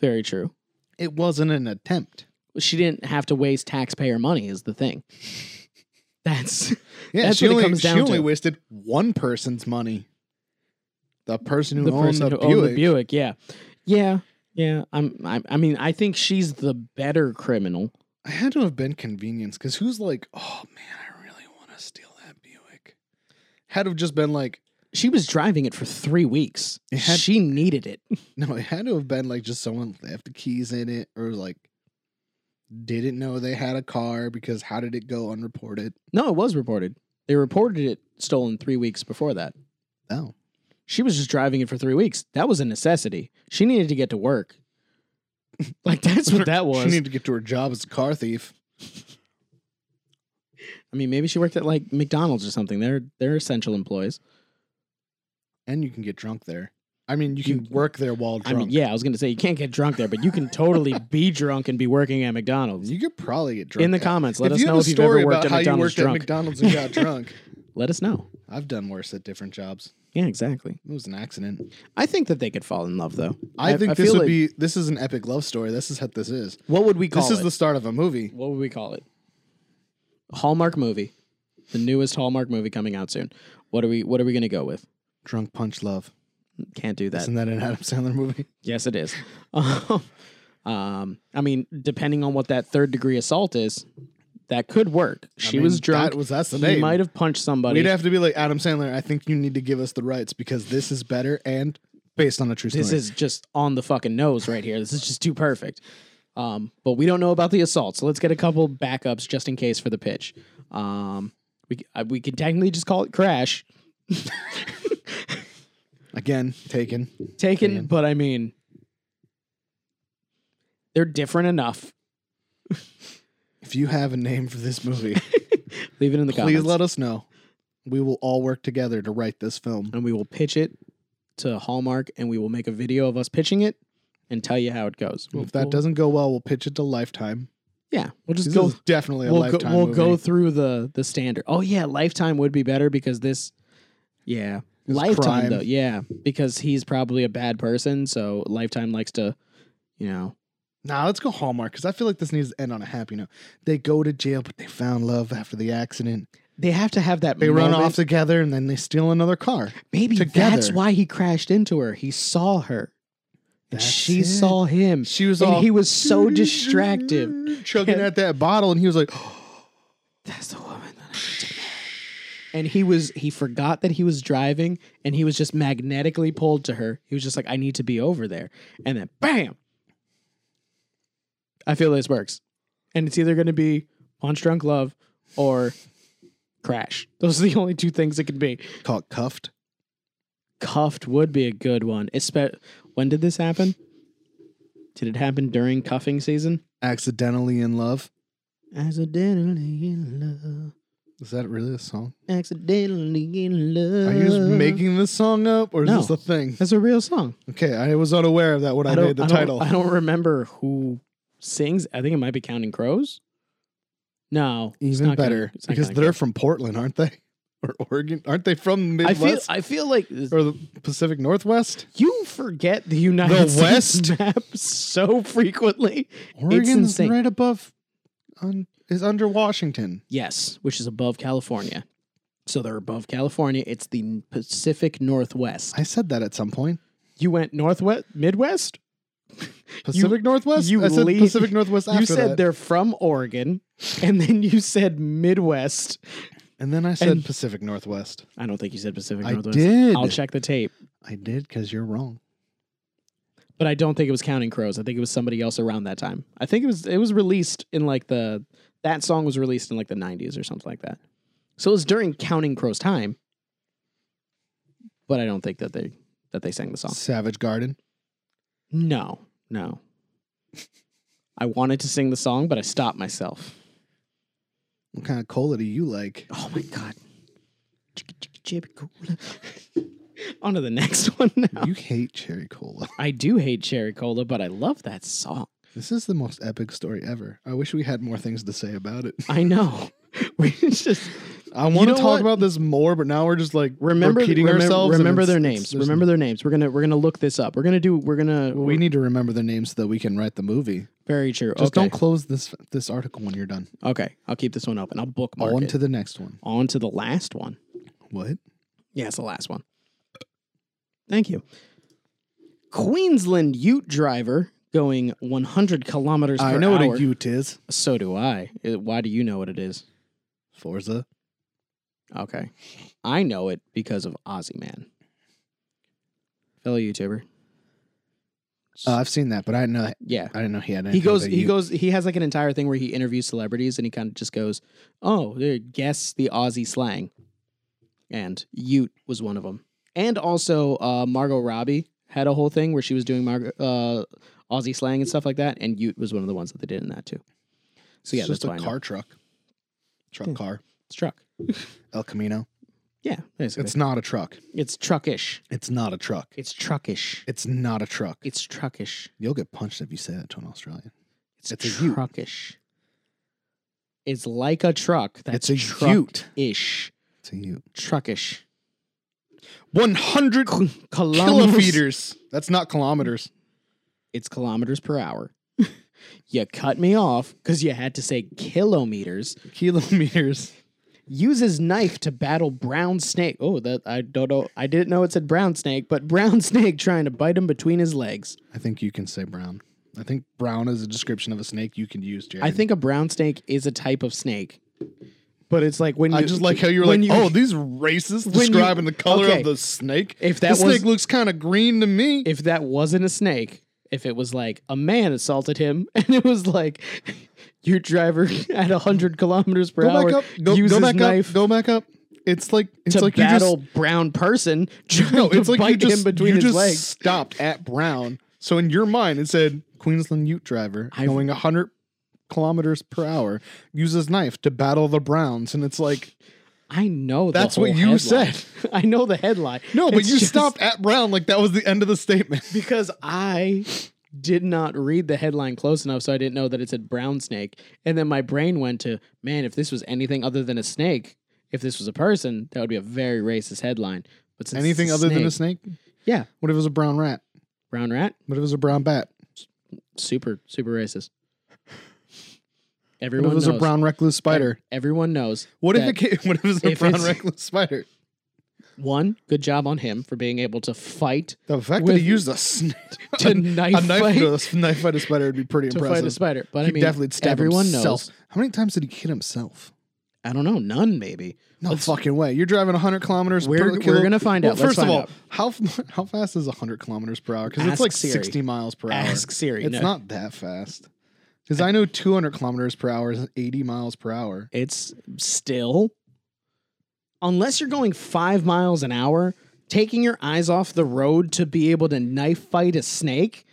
Speaker 1: Very true.
Speaker 2: It wasn't an attempt.
Speaker 1: She didn't have to waste taxpayer money. Is the thing. That's
Speaker 2: Yeah,
Speaker 1: That's
Speaker 2: she
Speaker 1: what it
Speaker 2: only
Speaker 1: comes down
Speaker 2: she only
Speaker 1: to.
Speaker 2: wasted one person's money. The person who
Speaker 1: the
Speaker 2: owned
Speaker 1: person
Speaker 2: the
Speaker 1: who owned the
Speaker 2: Buick.
Speaker 1: Buick. Yeah, yeah, yeah. I'm, I'm. I mean, I think she's the better criminal.
Speaker 2: I had to have been convenience because who's like, oh man, I really want to steal that Buick. Had to have just been like,
Speaker 1: She was driving it for three weeks.
Speaker 2: It had-
Speaker 1: she needed it.
Speaker 2: no, it had to have been like just someone left the keys in it or like didn't know they had a car because how did it go unreported?
Speaker 1: No, it was reported. They reported it stolen three weeks before that.
Speaker 2: No.
Speaker 1: She was just driving it for three weeks. That was a necessity. She needed to get to work. Like that's what that was.
Speaker 2: She needed to get to her job as a car thief.
Speaker 1: I mean, maybe she worked at like McDonald's or something. They're they're essential employees.
Speaker 2: And you can get drunk there. I mean, you
Speaker 1: You-
Speaker 2: can work there while drunk.
Speaker 1: I mean, yeah, I was gonna say you can't get drunk there, but you can totally be drunk and be working at McDonald's.
Speaker 2: You could probably get drunk.
Speaker 1: In the
Speaker 2: there.
Speaker 1: comments, let
Speaker 2: if
Speaker 1: us
Speaker 2: you have
Speaker 1: know
Speaker 2: a
Speaker 1: if you've
Speaker 2: story
Speaker 1: ever worked
Speaker 2: about
Speaker 1: at
Speaker 2: how you
Speaker 1: McDonald's
Speaker 2: worked
Speaker 1: drunk.
Speaker 2: at McDonald's and got drunk.
Speaker 1: Let us know.
Speaker 2: I've done worse at different jobs.
Speaker 1: Yeah, exactly.
Speaker 2: It was an accident.
Speaker 1: I think that they could fall in love though.
Speaker 2: I, think this
Speaker 1: feel
Speaker 2: would
Speaker 1: like-
Speaker 2: be this is an epic love story. This is what this is.
Speaker 1: what would we call
Speaker 2: this is
Speaker 1: it?
Speaker 2: the start of a movie.
Speaker 1: what would we call it? Hallmark movie, the newest Hallmark movie coming out soon. What are we? What are we going to go with?
Speaker 2: Drunk punch love.
Speaker 1: Can't do that.
Speaker 2: Isn't that an Adam Sandler movie?
Speaker 1: yes, it is. um, I mean, depending on what that third degree assault is, that could work.
Speaker 2: I
Speaker 1: She
Speaker 2: mean,
Speaker 1: was drunk.
Speaker 2: That was that's the
Speaker 1: he
Speaker 2: name.
Speaker 1: might have punched somebody.
Speaker 2: We'd have to be like Adam Sandler. I think you need to give us the rights because this is better and based on a true story.
Speaker 1: this is just on the fucking nose right here. This is just too perfect. Um, but we don't know about the assault, so let's get a couple backups just in case for the pitch. Um, we uh, we could technically just call it crash.
Speaker 2: again taken.
Speaker 1: taken,
Speaker 2: Taken.
Speaker 1: but I mean, they're different enough.
Speaker 2: If you have a name for this movie,
Speaker 1: Leave it in the
Speaker 2: please
Speaker 1: comments,
Speaker 2: let us know. We will all work together to write this film.
Speaker 1: and we will pitch it to Hallmark, and we will make a video of us pitching it and tell you how it goes. We'll-
Speaker 2: If that
Speaker 1: we'll-
Speaker 2: doesn't go well, we'll pitch it to Lifetime.
Speaker 1: yeah, we'll just
Speaker 2: This
Speaker 1: go.
Speaker 2: is definitely a
Speaker 1: We'll go.
Speaker 2: lifetime.
Speaker 1: We'll
Speaker 2: movie.
Speaker 1: go through the the standard. Oh yeah, Lifetime would be better because this. Yeah,
Speaker 2: It's
Speaker 1: Lifetime
Speaker 2: crime.
Speaker 1: though. Yeah, because he's probably a bad person, so Lifetime likes to, you know,
Speaker 2: Nah, let's go Hallmark because I feel like this needs to end on a happy note. They go to jail, but they found love after the accident.
Speaker 1: they have to have that.
Speaker 2: They run
Speaker 1: moment.
Speaker 2: off together and then they steal another car.
Speaker 1: Maybe that's
Speaker 2: together.
Speaker 1: why he crashed into her. He saw her. And
Speaker 2: That's
Speaker 1: she
Speaker 2: it.
Speaker 1: saw him.
Speaker 2: She was
Speaker 1: and
Speaker 2: all
Speaker 1: he was so distracted.
Speaker 2: chugging at that bottle, and he was like,
Speaker 1: That's the woman that I need to marry. And he was he forgot that he was driving and he was just magnetically pulled to her. He was just like, I need to be over there. And then bam. I feel this works. And it's either gonna be punch drunk love or crash. Those are the only two things it could be.
Speaker 2: caught cuffed.
Speaker 1: cuffed would be a good one. Espe- when did this happen? Did it happen during cuffing season?
Speaker 2: Accidentally in love.
Speaker 1: Accidentally in
Speaker 2: Is that really a song?
Speaker 1: love. Accidentally in love.
Speaker 2: Are you just making this song up, or is
Speaker 1: Uh. No.
Speaker 2: this a thing?
Speaker 1: That's a real song.
Speaker 2: Okay, I was unaware of that when I,
Speaker 1: don't-
Speaker 2: made the
Speaker 1: don't-
Speaker 2: title.
Speaker 1: I don't remember who sings. I think it might be Counting Crows. No, it's
Speaker 2: Even
Speaker 1: not Counting-
Speaker 2: better
Speaker 1: it's not
Speaker 2: because
Speaker 1: Counting
Speaker 2: they're
Speaker 1: Crows.
Speaker 2: from Portland, aren't they? Or Oregon? Aren't they from
Speaker 1: I feel.
Speaker 2: Midwest
Speaker 1: I feel like this-
Speaker 2: or the Pacific Northwest?
Speaker 1: you forget the United
Speaker 2: The
Speaker 1: States
Speaker 2: West?
Speaker 1: map so frequently.
Speaker 2: Oregon's
Speaker 1: insane.
Speaker 2: right above, un, is under Washington.
Speaker 1: Yes, which is above California. So they're above California. It's the Pacific Northwest.
Speaker 2: I said that at some point.
Speaker 1: You went northwest, Midwest.
Speaker 2: Pacific Northwest.
Speaker 1: you
Speaker 2: I said
Speaker 1: le-
Speaker 2: Pacific Northwest. After
Speaker 1: you said
Speaker 2: that.
Speaker 1: they're from Oregon, and then you said Midwest.
Speaker 2: And then I said
Speaker 1: And-
Speaker 2: Pacific Northwest.
Speaker 1: I don't think you said Pacific
Speaker 2: I
Speaker 1: Northwest.
Speaker 2: did.
Speaker 1: I'll check the tape,
Speaker 2: I did because you're wrong.
Speaker 1: but I don't think it was Counting Crows. I think it was somebody else around that time. I think it was it was released in like the that song was released in like the 90s or something like that. So it was during Counting Crows time. But I don't think that they that they sang the song.
Speaker 2: Savage Garden.
Speaker 1: No, no. I wanted to sing the song, but I stopped myself.
Speaker 2: What kind of cola do you like?
Speaker 1: Oh my god. Chicka, chicka, cherry cola. On to the next one now.
Speaker 2: You hate cherry cola.
Speaker 1: I do hate cherry cola, but I love that song.
Speaker 2: This is the most epic story ever. I wish we had more things to say about it.
Speaker 1: I know. We just
Speaker 2: I want
Speaker 1: know
Speaker 2: to talk
Speaker 1: what?
Speaker 2: about this more, but now we're just like
Speaker 1: remember
Speaker 2: repeating
Speaker 1: remember,
Speaker 2: ourselves. and
Speaker 1: remember
Speaker 2: it's-
Speaker 1: their
Speaker 2: it's-
Speaker 1: names.
Speaker 2: there's-
Speaker 1: Remember their names. We're gonna we're gonna look this up. We're gonna do we're gonna
Speaker 2: We need to remember their names so that we can write the movie.
Speaker 1: very true.
Speaker 2: Just
Speaker 1: okay.
Speaker 2: don't close this this article when you're done.
Speaker 1: okay. I'll keep this one open. I'll bookmark
Speaker 2: On
Speaker 1: it.
Speaker 2: to the next one.
Speaker 1: on to the last one.
Speaker 2: What?
Speaker 1: Yeah, it's the last one. Thank you. Queensland Ute driver going 100 kilometers per
Speaker 2: I know
Speaker 1: hour.
Speaker 2: what a Ute is.
Speaker 1: so do I. Uh, Why do you know what it is?
Speaker 2: Forza.
Speaker 1: Okay, I know it because of Ozzy Man, fellow YouTuber.
Speaker 2: Uh, I've seen that, but I didn't know
Speaker 1: Yeah,
Speaker 2: I didn't know he had.
Speaker 1: he
Speaker 2: anything
Speaker 1: goes.
Speaker 2: with a
Speaker 1: He
Speaker 2: Ute.
Speaker 1: goes. He has like an entire thing where he interviews celebrities, and he kind of just goes, "Oh, there- guess the Aussie slang," and Ute was one of them. And also, uh, Margot Robbie had a whole thing where she was doing Margo uh, Aussie slang and stuff like that, and Ute was one of the ones that they did in that too. So yeah,
Speaker 2: it's
Speaker 1: that's
Speaker 2: just
Speaker 1: why I
Speaker 2: a
Speaker 1: know. Hmm.
Speaker 2: car truck. Truck
Speaker 1: Yeah.
Speaker 2: car.
Speaker 1: It's truck.
Speaker 2: El Camino.
Speaker 1: Yeah, basically.
Speaker 2: It's
Speaker 1: it's
Speaker 2: not a truck.
Speaker 1: it's truckish.
Speaker 2: It's not a truck.
Speaker 1: It's truckish.
Speaker 2: It's not a truck.
Speaker 1: It's truckish.
Speaker 2: You'll get punched if you say that to an Australian.
Speaker 1: It's,
Speaker 2: It's a Ute.
Speaker 1: truckish. It's like a truck. That's
Speaker 2: it's a Ute.
Speaker 1: truckish.
Speaker 2: It's a Ute.
Speaker 1: Truckish.
Speaker 2: One hundred
Speaker 1: kilometers.
Speaker 2: kilometers. That's not kilometers.
Speaker 1: It's kilometers per hour. you cut me off because you had to say kilometers.
Speaker 2: Kilometers.
Speaker 1: Uses knife to battle brown snake. Oh, that I don't know. I didn't know it said brown snake, but brown snake trying to bite him between his legs.
Speaker 2: I think you can say brown. I think brown is a description of a snake you can use, Jared.
Speaker 1: I think a brown snake is a type of snake, but it's like when you,
Speaker 2: I just like how you're like,
Speaker 1: when you-
Speaker 2: oh, these racists
Speaker 1: when you-
Speaker 2: describing the color
Speaker 1: okay.
Speaker 2: of the snake.
Speaker 1: If that
Speaker 2: the
Speaker 1: was-
Speaker 2: snake looks kind of green to me,
Speaker 1: if that wasn't a snake, if it was like a man assaulted him and it was like your driver at 100 kilometers per
Speaker 2: go
Speaker 1: hour
Speaker 2: back up. Go,
Speaker 1: uses
Speaker 2: go back
Speaker 1: knife
Speaker 2: up. Go back up. It's like it's
Speaker 1: to
Speaker 2: like
Speaker 1: battle brown person trying
Speaker 2: you just no.
Speaker 1: to
Speaker 2: It's like
Speaker 1: bite
Speaker 2: you just
Speaker 1: him between
Speaker 2: you
Speaker 1: his
Speaker 2: just
Speaker 1: legs.
Speaker 2: stopped at brown. So in your mind, it said Queensland Ute driver
Speaker 1: I've-
Speaker 2: going 100 kilometers per hour uses knife to battle the Browns, and it's like
Speaker 1: I know the
Speaker 2: That's what
Speaker 1: whole
Speaker 2: you
Speaker 1: headline.
Speaker 2: said.
Speaker 1: I know the headline.
Speaker 2: no, but
Speaker 1: It's
Speaker 2: you
Speaker 1: just
Speaker 2: stopped at brown like that was the end of the statement.
Speaker 1: because I did not read the headline close enough, so I didn't know that it said brown snake. And then my brain went to, man, if this was anything other than a snake, if this was a person, that would be a very racist headline. But since
Speaker 2: Anything
Speaker 1: it's
Speaker 2: other than a snake?
Speaker 1: Yeah.
Speaker 2: What if it was a brown rat?
Speaker 1: brown rat,
Speaker 2: What if it was a brown bat?
Speaker 1: super super racist.
Speaker 2: What if
Speaker 1: Everyone
Speaker 2: it was
Speaker 1: knows.
Speaker 2: a brown recluse spider?
Speaker 1: Everyone knows.
Speaker 2: What if
Speaker 1: that-
Speaker 2: it came, what if it was a
Speaker 1: if
Speaker 2: brown
Speaker 1: it's-
Speaker 2: recluse spider?
Speaker 1: One, good job on him for being able to fight
Speaker 2: The fact that
Speaker 1: With-
Speaker 2: he used a, sn-
Speaker 1: to
Speaker 2: a
Speaker 1: knife,
Speaker 2: a knife,
Speaker 1: fight
Speaker 2: to a s- knife fight a spider would be pretty
Speaker 1: to fight a
Speaker 2: impressive.
Speaker 1: spider. But I
Speaker 2: He'd
Speaker 1: mean,
Speaker 2: definitely stab
Speaker 1: everyone
Speaker 2: himself.
Speaker 1: knows.
Speaker 2: How many times did he hit himself?
Speaker 1: I don't know, none maybe.
Speaker 2: No fucking way. You're driving 100 kilometers
Speaker 1: We're-
Speaker 2: per
Speaker 1: we're
Speaker 2: kilo-
Speaker 1: gonna find
Speaker 2: well,
Speaker 1: out. Let's
Speaker 2: First of
Speaker 1: find
Speaker 2: all,
Speaker 1: out.
Speaker 2: how f- how fast is 100 kilometers per hour? Because
Speaker 1: Ask
Speaker 2: it's like
Speaker 1: Siri.
Speaker 2: 60 miles per hour.
Speaker 1: Ask Siri.
Speaker 2: It's
Speaker 1: no.
Speaker 2: not that fast. Because I know 200 kilometers per hour is 80 miles per hour.
Speaker 1: It's still, unless you're going five miles an hour, taking your eyes off the road to be able to knife fight a snake.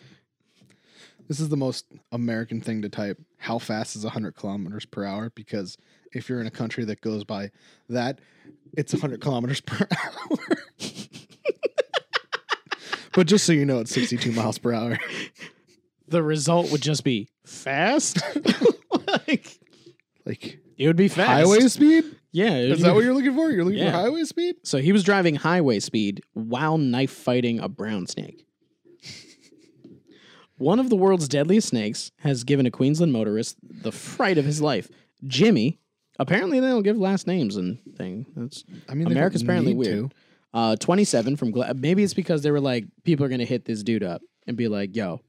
Speaker 2: This is the most American thing to type. How fast is 100 kilometers per hour? Because if you're in a country that goes by that, it's 100 kilometers per hour. but just so you know, it's 62 miles per hour.
Speaker 1: The result would just be fast. like
Speaker 2: Like
Speaker 1: it would be fast.
Speaker 2: highway speed?
Speaker 1: Yeah. it would
Speaker 2: Is that
Speaker 1: be-
Speaker 2: what you're looking for? You're looking
Speaker 1: Yeah.
Speaker 2: for highway speed?
Speaker 1: so he was driving highway speed while knife fighting a brown snake. One of the world's deadliest snakes has given a Queensland motorist the fright of his life. Jimmy, apparently they don't give last names and thing. That's
Speaker 2: I mean,
Speaker 1: America's apparently
Speaker 2: we
Speaker 1: weird. Uh, 27 from Gla- maybe it's because they were like people are gonna hit this dude up and be like, "Yo,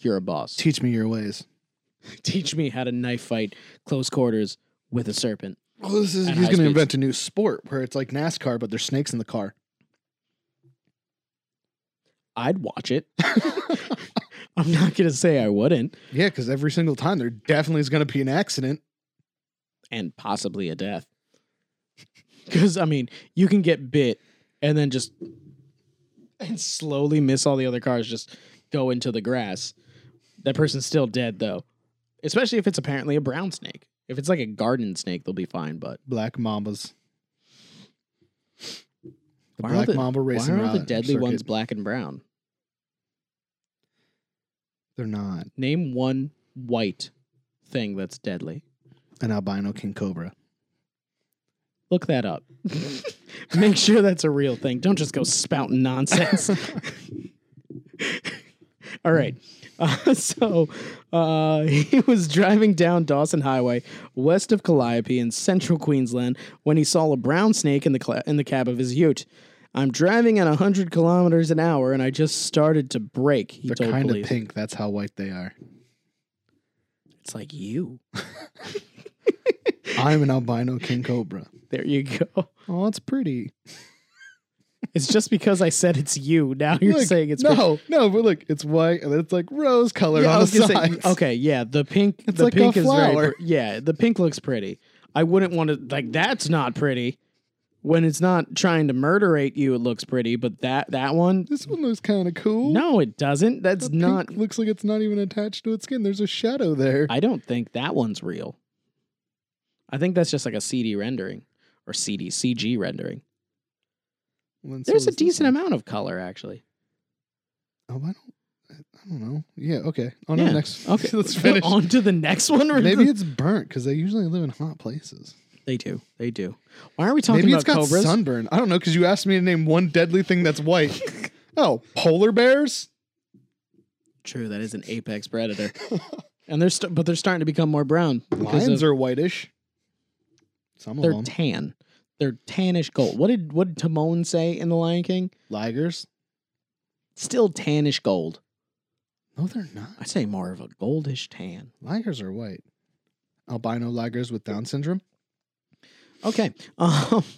Speaker 1: you're a boss.
Speaker 2: Teach me your ways.
Speaker 1: Teach me how to knife fight close quarters with a serpent."
Speaker 2: Well, this is
Speaker 1: At high
Speaker 2: he's going to
Speaker 1: speeds.
Speaker 2: invent a new sport where it's like NASCAR, but there's snakes in the car.
Speaker 1: I'd watch it. I'm not going to say I wouldn't,
Speaker 2: Yeah, because every single time there definitely is going to be an accident.
Speaker 1: and possibly a death. Because, I mean, you can get bit and then just and slowly miss all the other cars, just go into the grass. That person's still dead, though. Especially if it's apparently a brown snake. If it's like a garden snake, they'll be fine, but
Speaker 2: Black Mambas. The
Speaker 1: Why are all
Speaker 2: Black
Speaker 1: the-
Speaker 2: Mamba
Speaker 1: why
Speaker 2: racing
Speaker 1: are all the
Speaker 2: around
Speaker 1: deadly
Speaker 2: circuit.
Speaker 1: ones black and brown?
Speaker 2: They're not
Speaker 1: Name one white thing that's deadly.
Speaker 2: an albino king cobra.
Speaker 1: Look that up. Make sure that's a real thing. Don't just go spouting nonsense. All right. Uh, so uh, he was driving down Dawson Highway west of Calliope in central Queensland when he saw a brown snake in the, cla in the cab of his ute. I'm driving at 100 kilometers an hour and I just started to brake, he
Speaker 2: They're
Speaker 1: told
Speaker 2: kind of
Speaker 1: police.
Speaker 2: pink. That's how white they are.
Speaker 1: It's like you.
Speaker 2: I'm an albino king cobra.
Speaker 1: There you go.
Speaker 2: Oh, that's pretty.
Speaker 1: It's just because I said it's you. Now you're
Speaker 2: Look,
Speaker 1: saying it's
Speaker 2: no, no. But look, it's white and it's like rose colored
Speaker 1: Yeah, I
Speaker 2: on the
Speaker 1: was gonna say,
Speaker 2: sides.
Speaker 1: okay, yeah, the pink.
Speaker 2: It's
Speaker 1: the
Speaker 2: like a
Speaker 1: pink is very.
Speaker 2: flower.
Speaker 1: pr- yeah, the pink looks pretty. I wouldn't want to like that's not pretty. When it's not trying to murderate you, it looks pretty. But that that one,
Speaker 2: This one looks kind of cool.
Speaker 1: no, it doesn't.
Speaker 2: The
Speaker 1: That's
Speaker 2: pink
Speaker 1: not.
Speaker 2: looks like it's not even attached to its skin. There's a shadow there.
Speaker 1: I don't think that one's real. I think that's just like a CD rendering or CD CG rendering.
Speaker 2: Well, then so
Speaker 1: There's a
Speaker 2: is this
Speaker 1: decent
Speaker 2: one.
Speaker 1: amount of color actually.
Speaker 2: Oh, I don't. I don't know. Yeah. Okay. On
Speaker 1: Yeah,
Speaker 2: the next.
Speaker 1: Okay,
Speaker 2: Let's finish.
Speaker 1: on to the next one. or
Speaker 2: Maybe it's burnt because they usually live in hot places.
Speaker 1: they do. They do. Why are we talking
Speaker 2: Maybe
Speaker 1: about
Speaker 2: it's got
Speaker 1: cobras?
Speaker 2: sunburn. I don't know because you asked me to name one deadly thing that's white. oh, polar bears.
Speaker 1: True, that is an apex predator. and they're st- but they're starting to become more brown because
Speaker 2: Lions
Speaker 1: of,
Speaker 2: are whitish. Some of
Speaker 1: they're
Speaker 2: them.
Speaker 1: tan. They're tannish gold. What did what did Timon say in The Lion King?
Speaker 2: Ligers.
Speaker 1: Still tannish gold.
Speaker 2: No, they're not.
Speaker 1: I say more of a goldish tan.
Speaker 2: Ligers are white. Albino ligers with Down syndrome.
Speaker 1: Okay. Um,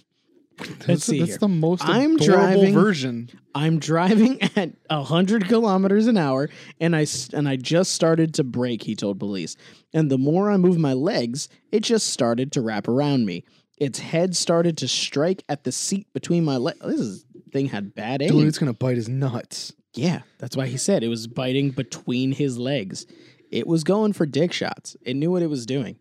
Speaker 2: That's,
Speaker 1: see
Speaker 2: that's
Speaker 1: here.
Speaker 2: the most
Speaker 1: I'm
Speaker 2: adorable
Speaker 1: driving-
Speaker 2: version.
Speaker 1: I'm driving at 100 kilometers an hour and I s- and I just started to brake, he told police. And the more I moved my legs, it just started to wrap around me. Its head started to strike at the seat between my legs. This is, thing had bad aim.
Speaker 2: Dude, it's gonna bite his nuts.
Speaker 1: Yeah, that's why he said it was biting between his legs. It was going for dick shots. It knew what it was doing.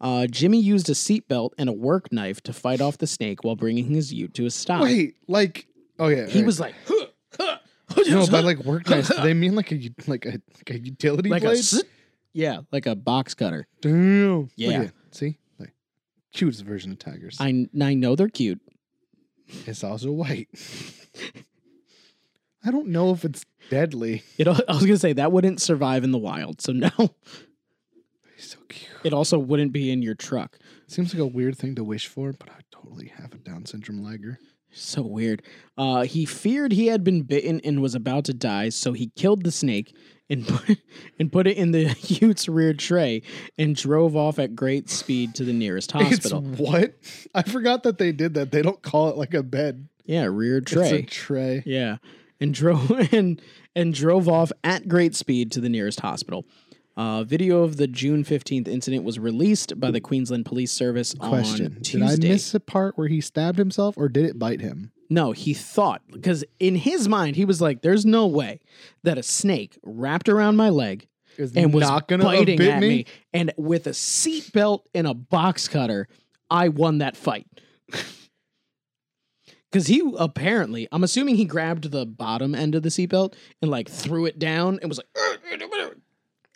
Speaker 1: Uh, Jimmy used a seatbelt and a work knife to fight off the snake while bringing his ute to a stop.
Speaker 2: Wait, like, oh yeah,
Speaker 1: Ah. he
Speaker 2: right.
Speaker 1: was like, huh, huh,
Speaker 2: no, but like work knife. do they mean like a u- like a, like a utility
Speaker 1: like a,
Speaker 2: blade?
Speaker 1: s- yeah, like a box cutter.
Speaker 2: Damn. Look
Speaker 1: Yeah.
Speaker 2: at it. See, like cutest version of tigers.
Speaker 1: I, kn- I know they're cute.
Speaker 2: it's also white. I don't know if it's deadly.
Speaker 1: It, al- I was gonna say that wouldn't survive in the wild, so no.
Speaker 2: He's so cute.
Speaker 1: It also wouldn't be in your truck.
Speaker 2: Seems like a weird thing to wish for, but I totally have a Down syndrome liger.
Speaker 1: So weird. Uh, he feared he had been bitten and was about to die, so he killed the snake and put, and put it in the ute's rear tray and drove off at great speed to the nearest hospital.
Speaker 2: It's what? I forgot that they did that. They don't call it like a bed.
Speaker 1: yeah, rear
Speaker 2: It's
Speaker 1: tray.
Speaker 2: a tray.
Speaker 1: yeah, and drove and and drove off at great speed to the nearest hospital. Uh, video of the June fifteenth incident was released by the Queensland Police Service
Speaker 2: Question:
Speaker 1: on
Speaker 2: Did
Speaker 1: Tuesday.
Speaker 2: I miss a part where he stabbed himself, or did it bite him?
Speaker 1: No, he thought because in his mind he was like, "There's no way that a snake wrapped around my leg
Speaker 2: Is
Speaker 1: and was
Speaker 2: not gonna
Speaker 1: biting
Speaker 2: bit
Speaker 1: at
Speaker 2: me?
Speaker 1: me. and with a seatbelt and a box cutter, I won that fight." Because he apparently, I'm assuming he grabbed the bottom end of the seatbelt and like threw it down and was like, "Ugh, ugh, ugh,"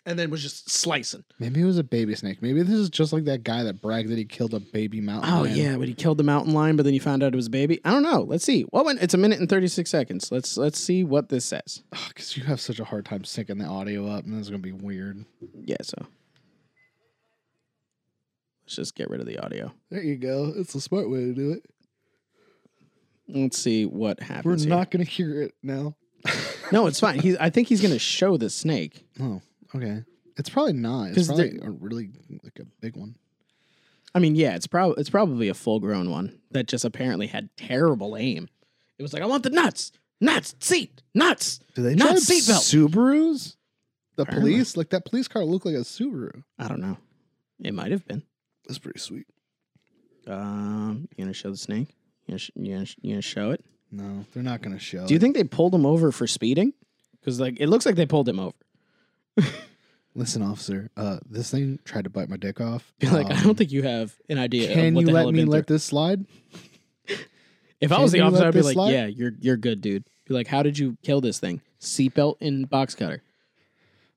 Speaker 1: and then was just slicing.
Speaker 2: Maybe it was a baby snake. Maybe this is just like that guy that bragged that he killed a baby mountain.
Speaker 1: Oh
Speaker 2: lion.
Speaker 1: yeah, but he killed the mountain lion, but then you found out it was a baby. I don't know. Let's see. What went? It's a minute and thirty six seconds. Let's let's see what this says.
Speaker 2: because you have such a hard time syncing the audio up, and this is gonna be weird.
Speaker 1: Yeah, so let's just get rid of the audio.
Speaker 2: There you go. It's a smart way to do it.
Speaker 1: Let's see what
Speaker 2: We're
Speaker 1: happens. here.
Speaker 2: not gonna hear it now.
Speaker 1: No, it's fine. He's. I think he's gonna show the snake.
Speaker 2: Oh, okay. It's probably not. It's
Speaker 1: 'Cause
Speaker 2: probably a really like a big one.
Speaker 1: I mean, yeah, it's probably it's probably a full grown one that just apparently had terrible aim. It was like, I want the nuts, nuts, seat, nuts.
Speaker 2: Do they
Speaker 1: Not
Speaker 2: drive
Speaker 1: seatbelt.
Speaker 2: Subarus? The
Speaker 1: Apparently.
Speaker 2: police, like that police car, looked like a Subaru.
Speaker 1: I don't know. It might have been.
Speaker 2: That's pretty sweet.
Speaker 1: Um, you gonna show the snake? You gonna, sh- you gonna, sh- you gonna show it?
Speaker 2: No, they're not gonna show.
Speaker 1: Do you
Speaker 2: it.
Speaker 1: think they pulled him over for speeding? Because like it looks like they pulled him over.
Speaker 2: Listen, officer, uh, this thing tried to bite my dick off.
Speaker 1: Be like, I
Speaker 2: Um,
Speaker 1: don't think you have an idea.
Speaker 2: Can
Speaker 1: of what
Speaker 2: you
Speaker 1: the
Speaker 2: let
Speaker 1: hell I've
Speaker 2: me
Speaker 1: been
Speaker 2: let this slide?
Speaker 1: through. If I
Speaker 2: can
Speaker 1: was the
Speaker 2: you
Speaker 1: officer,
Speaker 2: let
Speaker 1: I'd be
Speaker 2: this
Speaker 1: like,
Speaker 2: slide?
Speaker 1: yeah, you're you're good, dude. Be like, how did you kill this thing? Seatbelt and box cutter.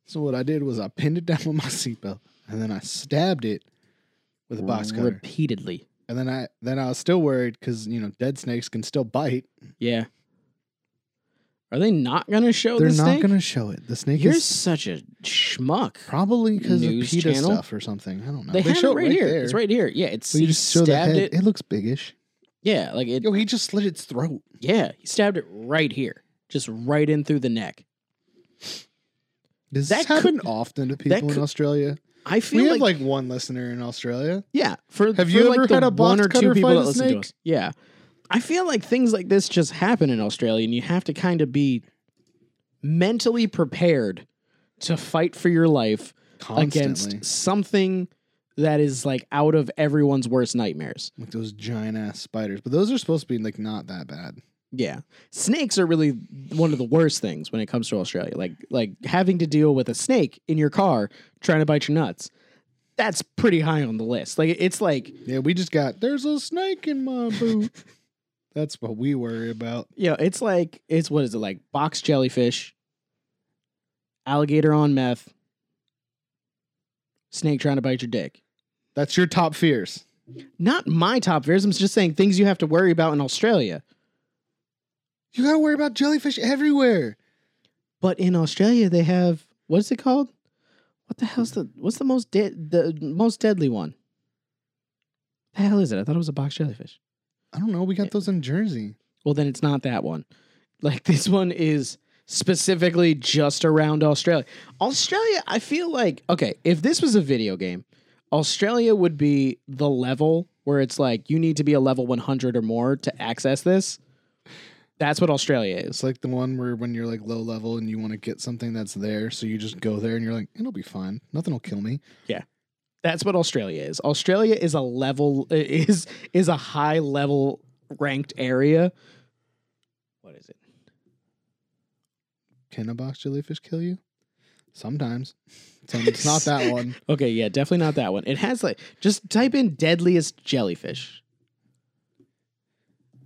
Speaker 2: So what I did was I pinned it down with my seatbelt, and then I stabbed it with a box cutter.
Speaker 1: repeatedly.
Speaker 2: And then I then I was still worried because you know dead snakes can still bite.
Speaker 1: Yeah. Are they not gonna show
Speaker 2: They're
Speaker 1: Oh, the
Speaker 2: not
Speaker 1: snake?
Speaker 2: gonna show it. The snake
Speaker 1: You're
Speaker 2: is
Speaker 1: such a schmuck.
Speaker 2: probably because of
Speaker 1: News
Speaker 2: PETA
Speaker 1: channel?
Speaker 2: stuff or something. I don't know.
Speaker 1: They, have
Speaker 2: show
Speaker 1: it right, here.
Speaker 2: there.
Speaker 1: It's right here. Yeah, it's
Speaker 2: But you
Speaker 1: he
Speaker 2: just show the
Speaker 1: stabbed
Speaker 2: head.
Speaker 1: it.
Speaker 2: It. looks biggish.
Speaker 1: Yeah, like it.
Speaker 2: Yo, he just slit its throat.
Speaker 1: Yeah, he stabbed it right here, just right in through the neck.
Speaker 2: Does
Speaker 1: That
Speaker 2: that happen
Speaker 1: could-
Speaker 2: often to people
Speaker 1: could-
Speaker 2: in Australia?
Speaker 1: I
Speaker 2: We
Speaker 1: feel
Speaker 2: have
Speaker 1: like,
Speaker 2: like one listener in Australia.
Speaker 1: yeah. For
Speaker 2: Have
Speaker 1: for
Speaker 2: you
Speaker 1: like
Speaker 2: ever
Speaker 1: the
Speaker 2: had a
Speaker 1: one
Speaker 2: box
Speaker 1: or two
Speaker 2: cutter
Speaker 1: people
Speaker 2: fight
Speaker 1: that
Speaker 2: a
Speaker 1: listen to
Speaker 2: snake?
Speaker 1: us? Yeah, I feel like things like this just happen in Australia, and you have to kind of be mentally prepared to fight for your life
Speaker 2: Constantly.
Speaker 1: against something that is like out of everyone's worst nightmares.
Speaker 2: like those giant ass spiders, but those are supposed to be like not that bad.
Speaker 1: Yeah. Snakes are really one of the worst things when it comes to Australia. Like like having to deal with a snake in your car trying to bite your nuts. That's pretty high on the list. Like it's like,
Speaker 2: Yeah, we just got there's a snake in my boot. That's what we worry about.
Speaker 1: you know, it's like it's what is it like box jellyfish, alligator on meth, snake trying to bite your dick.
Speaker 2: That's your top fears.
Speaker 1: Not my top fears. I'm just saying things you have to worry about in Australia.
Speaker 2: You gotta worry about jellyfish everywhere.
Speaker 1: But in Australia, they have what's it called? What the hell's the what's the most dead the most deadly one? The hell is it? I thought it was a box jellyfish.
Speaker 2: I don't know. We
Speaker 1: Eh.
Speaker 2: got those in Jersey.
Speaker 1: Well, then it's not that one. Like this one is specifically just around Australia. Australia, I feel like okay, if this was a video game, Australia would be the level where it's like you need to be a level 100 or more to access this. That's what Australia is.
Speaker 2: It's like the one where when you're like low level and you want to get something that's there, so you just go there and you're like, it'll be fine. Nothing will kill me.
Speaker 1: That's what Australia is. Australia is a level is is a high level ranked area. What is it?
Speaker 2: Can a box jellyfish kill you? Sometimes. Some, it's not that one.
Speaker 1: Okay, yeah, definitely not that one. It has like just type in deadliest jellyfish.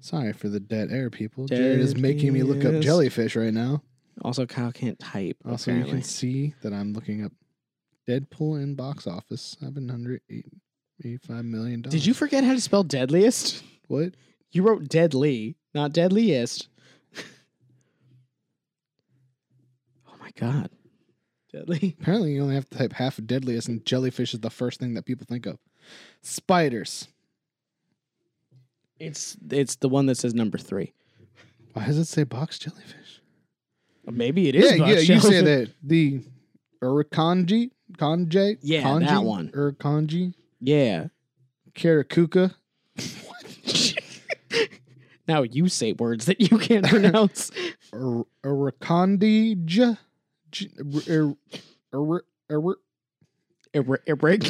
Speaker 2: Sorry for the dead air people. Jared is making me look up
Speaker 1: Deadliest.
Speaker 2: jellyfish right now.
Speaker 1: Also, Kyle can't type.
Speaker 2: Also,
Speaker 1: apparently.
Speaker 2: you can see that I'm looking up Deadpool in box office seven hundred eighty-five million dollars.
Speaker 1: Did you forget how to spell deadliest?
Speaker 2: what?
Speaker 1: You wrote deadly, not deadliest. oh my god, deadly.
Speaker 2: Apparently, you only have to type half of deadliest, and jellyfish is the first thing that people think of. Spiders.
Speaker 1: It's it's the one that says number three.
Speaker 2: Why does it say box jellyfish?
Speaker 1: Uh, Maybe it is.
Speaker 2: yeah, yeah.
Speaker 1: box
Speaker 2: You say
Speaker 1: jellyfish.
Speaker 2: that the Urikanji, Kanji,
Speaker 1: Yeah,
Speaker 2: kanji,
Speaker 1: that one.
Speaker 2: Urikanji,
Speaker 1: Yeah.
Speaker 2: Karakuka.
Speaker 1: now you say words that you can't pronounce.
Speaker 2: Ur- Urikandija, J- Ur- Ur- Ur-
Speaker 1: Eric. Eric.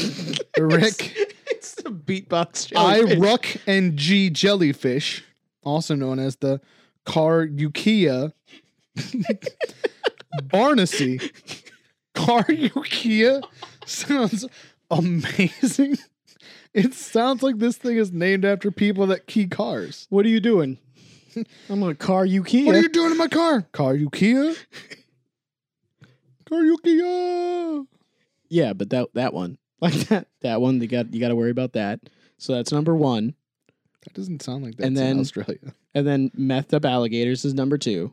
Speaker 2: Uric.
Speaker 1: It's the beatbox
Speaker 2: I
Speaker 1: jellyfish.
Speaker 2: Ruck and G Jellyfish, also known as the Car Yukia Barnacy. Car Yukia sounds amazing. It sounds like this thing is named after people that key cars.
Speaker 1: What are you doing? I'm gonna car you Kia.
Speaker 2: What are you doing in my car? Car Yukia? Car Yukia!
Speaker 1: yeah, but that that one, like that that one, you got you got to worry about that. So that's number one,
Speaker 2: That doesn't sound like that's
Speaker 1: And then-
Speaker 2: in Australia.
Speaker 1: and then methed up alligators is number two,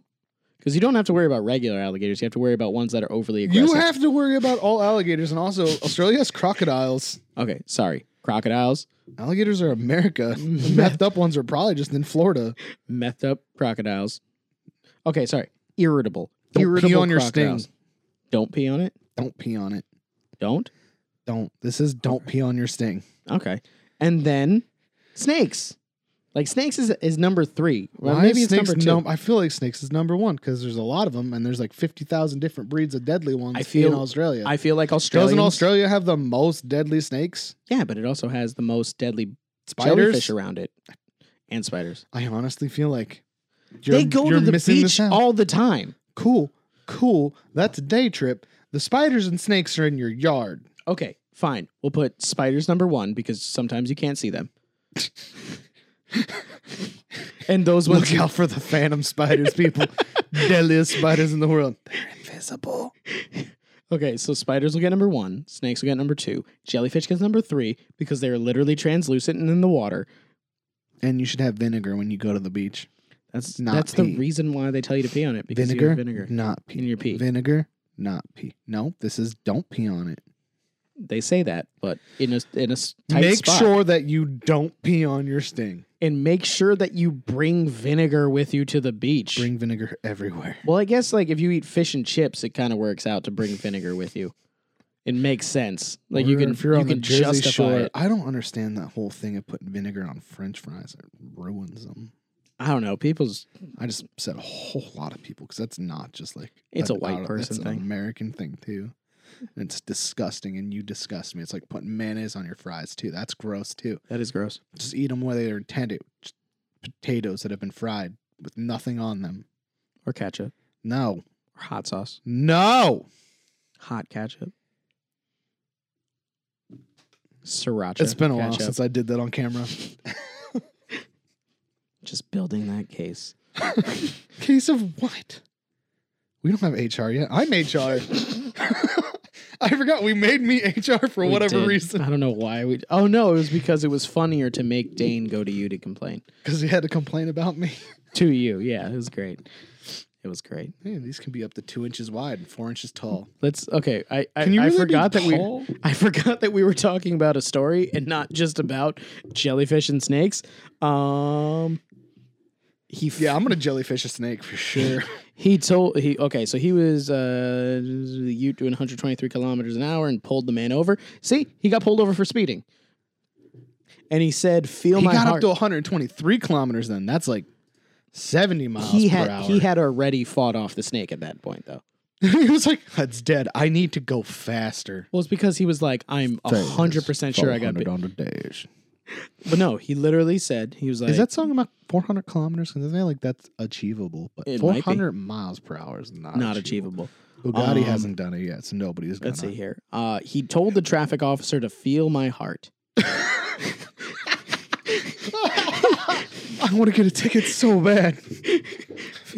Speaker 1: because you don't have to worry about regular alligators. You have to worry about ones that are overly aggressive.
Speaker 2: You have to worry about all alligators, and also Australia has crocodiles.
Speaker 1: okay, sorry, crocodiles,
Speaker 2: Alligators are America. The Methed up ones are probably just in Florida.
Speaker 1: methed up crocodiles. Okay, sorry, irritable.
Speaker 2: Don't pee
Speaker 1: irritable
Speaker 2: on your sting.
Speaker 1: crocodiles. Don't pee on it.
Speaker 2: Don't pee on it.
Speaker 1: Don't.
Speaker 2: Don't. This is don't pee on your sting.
Speaker 1: Okay. and then snakes. Like snakes is is number three. Well,
Speaker 2: Why
Speaker 1: maybe
Speaker 2: is
Speaker 1: it's number
Speaker 2: snakes
Speaker 1: two.
Speaker 2: num- I feel like snakes is number one because there's a lot of them, and there's like fifty thousand different breeds of deadly ones.
Speaker 1: I feel-
Speaker 2: in Australia.
Speaker 1: I feel like Australia.
Speaker 2: Doesn't Australia have the most deadly snakes?
Speaker 1: Yeah, but it also has the most deadly
Speaker 2: Spiders.
Speaker 1: jellyfish around it, and spiders.
Speaker 2: I honestly feel like you're,
Speaker 1: they go
Speaker 2: you're
Speaker 1: to the
Speaker 2: missing
Speaker 1: beach
Speaker 2: out.
Speaker 1: all the time.
Speaker 2: cool, cool. That's a day trip. The spiders and snakes are in your yard.
Speaker 1: Okay, fine. We'll put spiders number one because sometimes you can't see them. and those ones
Speaker 2: Look out for the phantom spiders, people. Deadliest spiders in the world. They're invisible.
Speaker 1: Okay, so spiders will get number one, snakes will get number two, jellyfish gets number three because they are literally translucent and in the water.
Speaker 2: And you should have vinegar when you go to the beach.
Speaker 1: That's
Speaker 2: Not
Speaker 1: that's
Speaker 2: pee.
Speaker 1: the reason why they tell you to pee on it because you
Speaker 2: Vinegar,
Speaker 1: have vinegar
Speaker 2: not pee.
Speaker 1: in your pee.
Speaker 2: Vinegar, not pee. No, this is don't pee on it.
Speaker 1: they say that, but in a in a s- tight
Speaker 2: Make
Speaker 1: spot.
Speaker 2: sure that you don't pee on your sting.
Speaker 1: and make sure that you bring vinegar with you to the beach.
Speaker 2: Bring vinegar everywhere.
Speaker 1: well, I guess like if you eat fish and chips, it kind of works out to bring vinegar with you. It makes sense. Like you
Speaker 2: Or
Speaker 1: can
Speaker 2: if you're
Speaker 1: you
Speaker 2: on the
Speaker 1: can
Speaker 2: Jersey
Speaker 1: justify
Speaker 2: Shore,
Speaker 1: it.
Speaker 2: I don't understand that whole thing of putting vinegar on French fries. It ruins them.
Speaker 1: I don't know. People's
Speaker 2: I just said a whole lot of people because that's not just like
Speaker 1: It's a
Speaker 2: an
Speaker 1: white
Speaker 2: out-
Speaker 1: person
Speaker 2: that's an
Speaker 1: thing.
Speaker 2: American thing too. And it's disgusting, and you disgust me. It's like putting mayonnaise on your fries too. That's gross too.
Speaker 1: that is gross.
Speaker 2: Just eat them where they are intended. Just potatoes that have been fried with nothing on them.
Speaker 1: Or ketchup.
Speaker 2: No,
Speaker 1: Or hot sauce.
Speaker 2: no.
Speaker 1: hot ketchup. Sriracha.
Speaker 2: It's been a while
Speaker 1: ketchup.
Speaker 2: since I did that on camera.
Speaker 1: Just building that case.
Speaker 2: Case of what? We don't have HR yet. I'm HR. I forgot we made me HR for
Speaker 1: We
Speaker 2: whatever
Speaker 1: did.
Speaker 2: reason
Speaker 1: I don't know why we. Oh no, it was because it was funnier to make Dane go to you to complain.
Speaker 2: because you had to complain about me.
Speaker 1: To you, yeah, it was great. It was great.
Speaker 2: Man, these can be up to two inches wide and four inches tall.
Speaker 1: Let's okay. I I,
Speaker 2: Can you
Speaker 1: I
Speaker 2: really be
Speaker 1: forgot that
Speaker 2: tall?
Speaker 1: we I forgot that we were talking about a story and not just about jellyfish and snakes. Um, he f-
Speaker 2: Yeah, I'm gonna jellyfish a snake for sure.
Speaker 1: He told he okay, so he was uh the Ute doing 123 kilometers an hour and pulled the man over. See, he got pulled over for speeding. And he said, "Feel
Speaker 2: he
Speaker 1: Oh my
Speaker 2: got
Speaker 1: heart."
Speaker 2: up to 123 kilometers. Then that's like 70 miles
Speaker 1: he
Speaker 2: per
Speaker 1: had
Speaker 2: hour.
Speaker 1: he had already fought off the snake at that point, though.
Speaker 2: he was like, "That's dead. I need to go faster."
Speaker 1: Well, it's because he was like, "I'm hundred percent sure I got bit."
Speaker 2: on the dash.
Speaker 1: But no, he literally said he was like,
Speaker 2: Is that song about 400 kilometers? Because I feel like that's achievable, but
Speaker 1: It might be.
Speaker 2: 400 miles per hour is not
Speaker 1: not achievable."
Speaker 2: Bugatti
Speaker 1: Um,
Speaker 2: hasn't done it yet, so nobody's gonna.
Speaker 1: Let's see here. Uh, he told the traffic officer to feel my heart.
Speaker 2: I want to get a ticket so bad,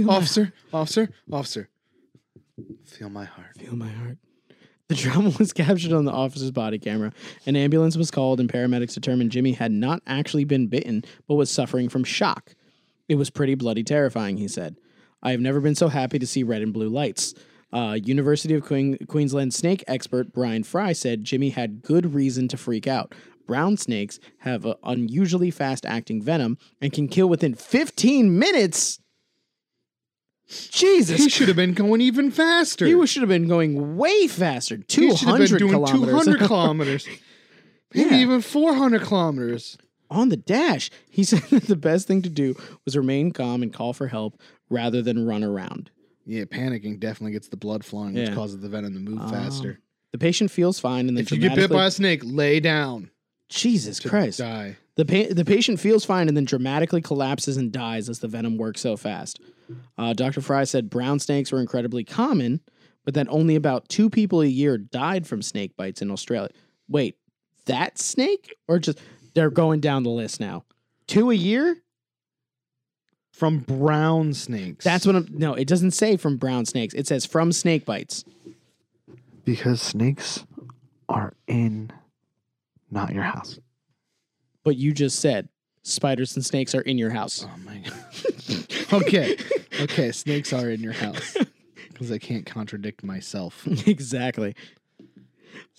Speaker 2: officer, officer, officer. Feel my heart.
Speaker 1: Feel my heart. The drama was captured on the officer's body camera. An ambulance was called, and paramedics determined Jimmy had not actually been bitten, but was suffering from shock. It was pretty bloody terrifying, he said. I have never been so happy to see red and blue lights. Uh, University of Queen- Queensland snake expert Brian Fry said Jimmy had good reason to freak out. Brown snakes have a unusually fast acting venom and can kill within 15 minutes. Jesus
Speaker 2: He should have been going even faster.
Speaker 1: he should have been going way faster.
Speaker 2: He should have been
Speaker 1: 200
Speaker 2: doing
Speaker 1: kilometers
Speaker 2: 200 kilometers, maybe
Speaker 1: Yeah.
Speaker 2: even 400 kilometers.
Speaker 1: on the dash. He said that the best thing to do was remain calm and call for help rather than run around.
Speaker 2: Yeah, panicking definitely gets the blood flowing, which
Speaker 1: Yeah.
Speaker 2: causes the venom to move faster.
Speaker 1: The patient feels fine and then
Speaker 2: If you get bit
Speaker 1: dramatically-
Speaker 2: by a snake, lay down.
Speaker 1: Jesus
Speaker 2: to
Speaker 1: Christ.
Speaker 2: Die.
Speaker 1: The, pa- the patient feels fine and then dramatically collapses and dies as the venom works so fast. Uh, Dr. Fry said brown snakes were incredibly common, but that only about two people a year died from snake bites in Australia. Wait, that snake? Or just they're going down the list now? Two a year?
Speaker 2: From brown snakes.
Speaker 1: That's what I'm. No, it doesn't say from brown snakes. It says from snake bites.
Speaker 3: because snakes are in not your house.
Speaker 1: But you just said spiders and snakes are in your house.
Speaker 2: Oh my god. okay. Okay, snakes are in your house. Because I can't contradict myself.
Speaker 1: exactly.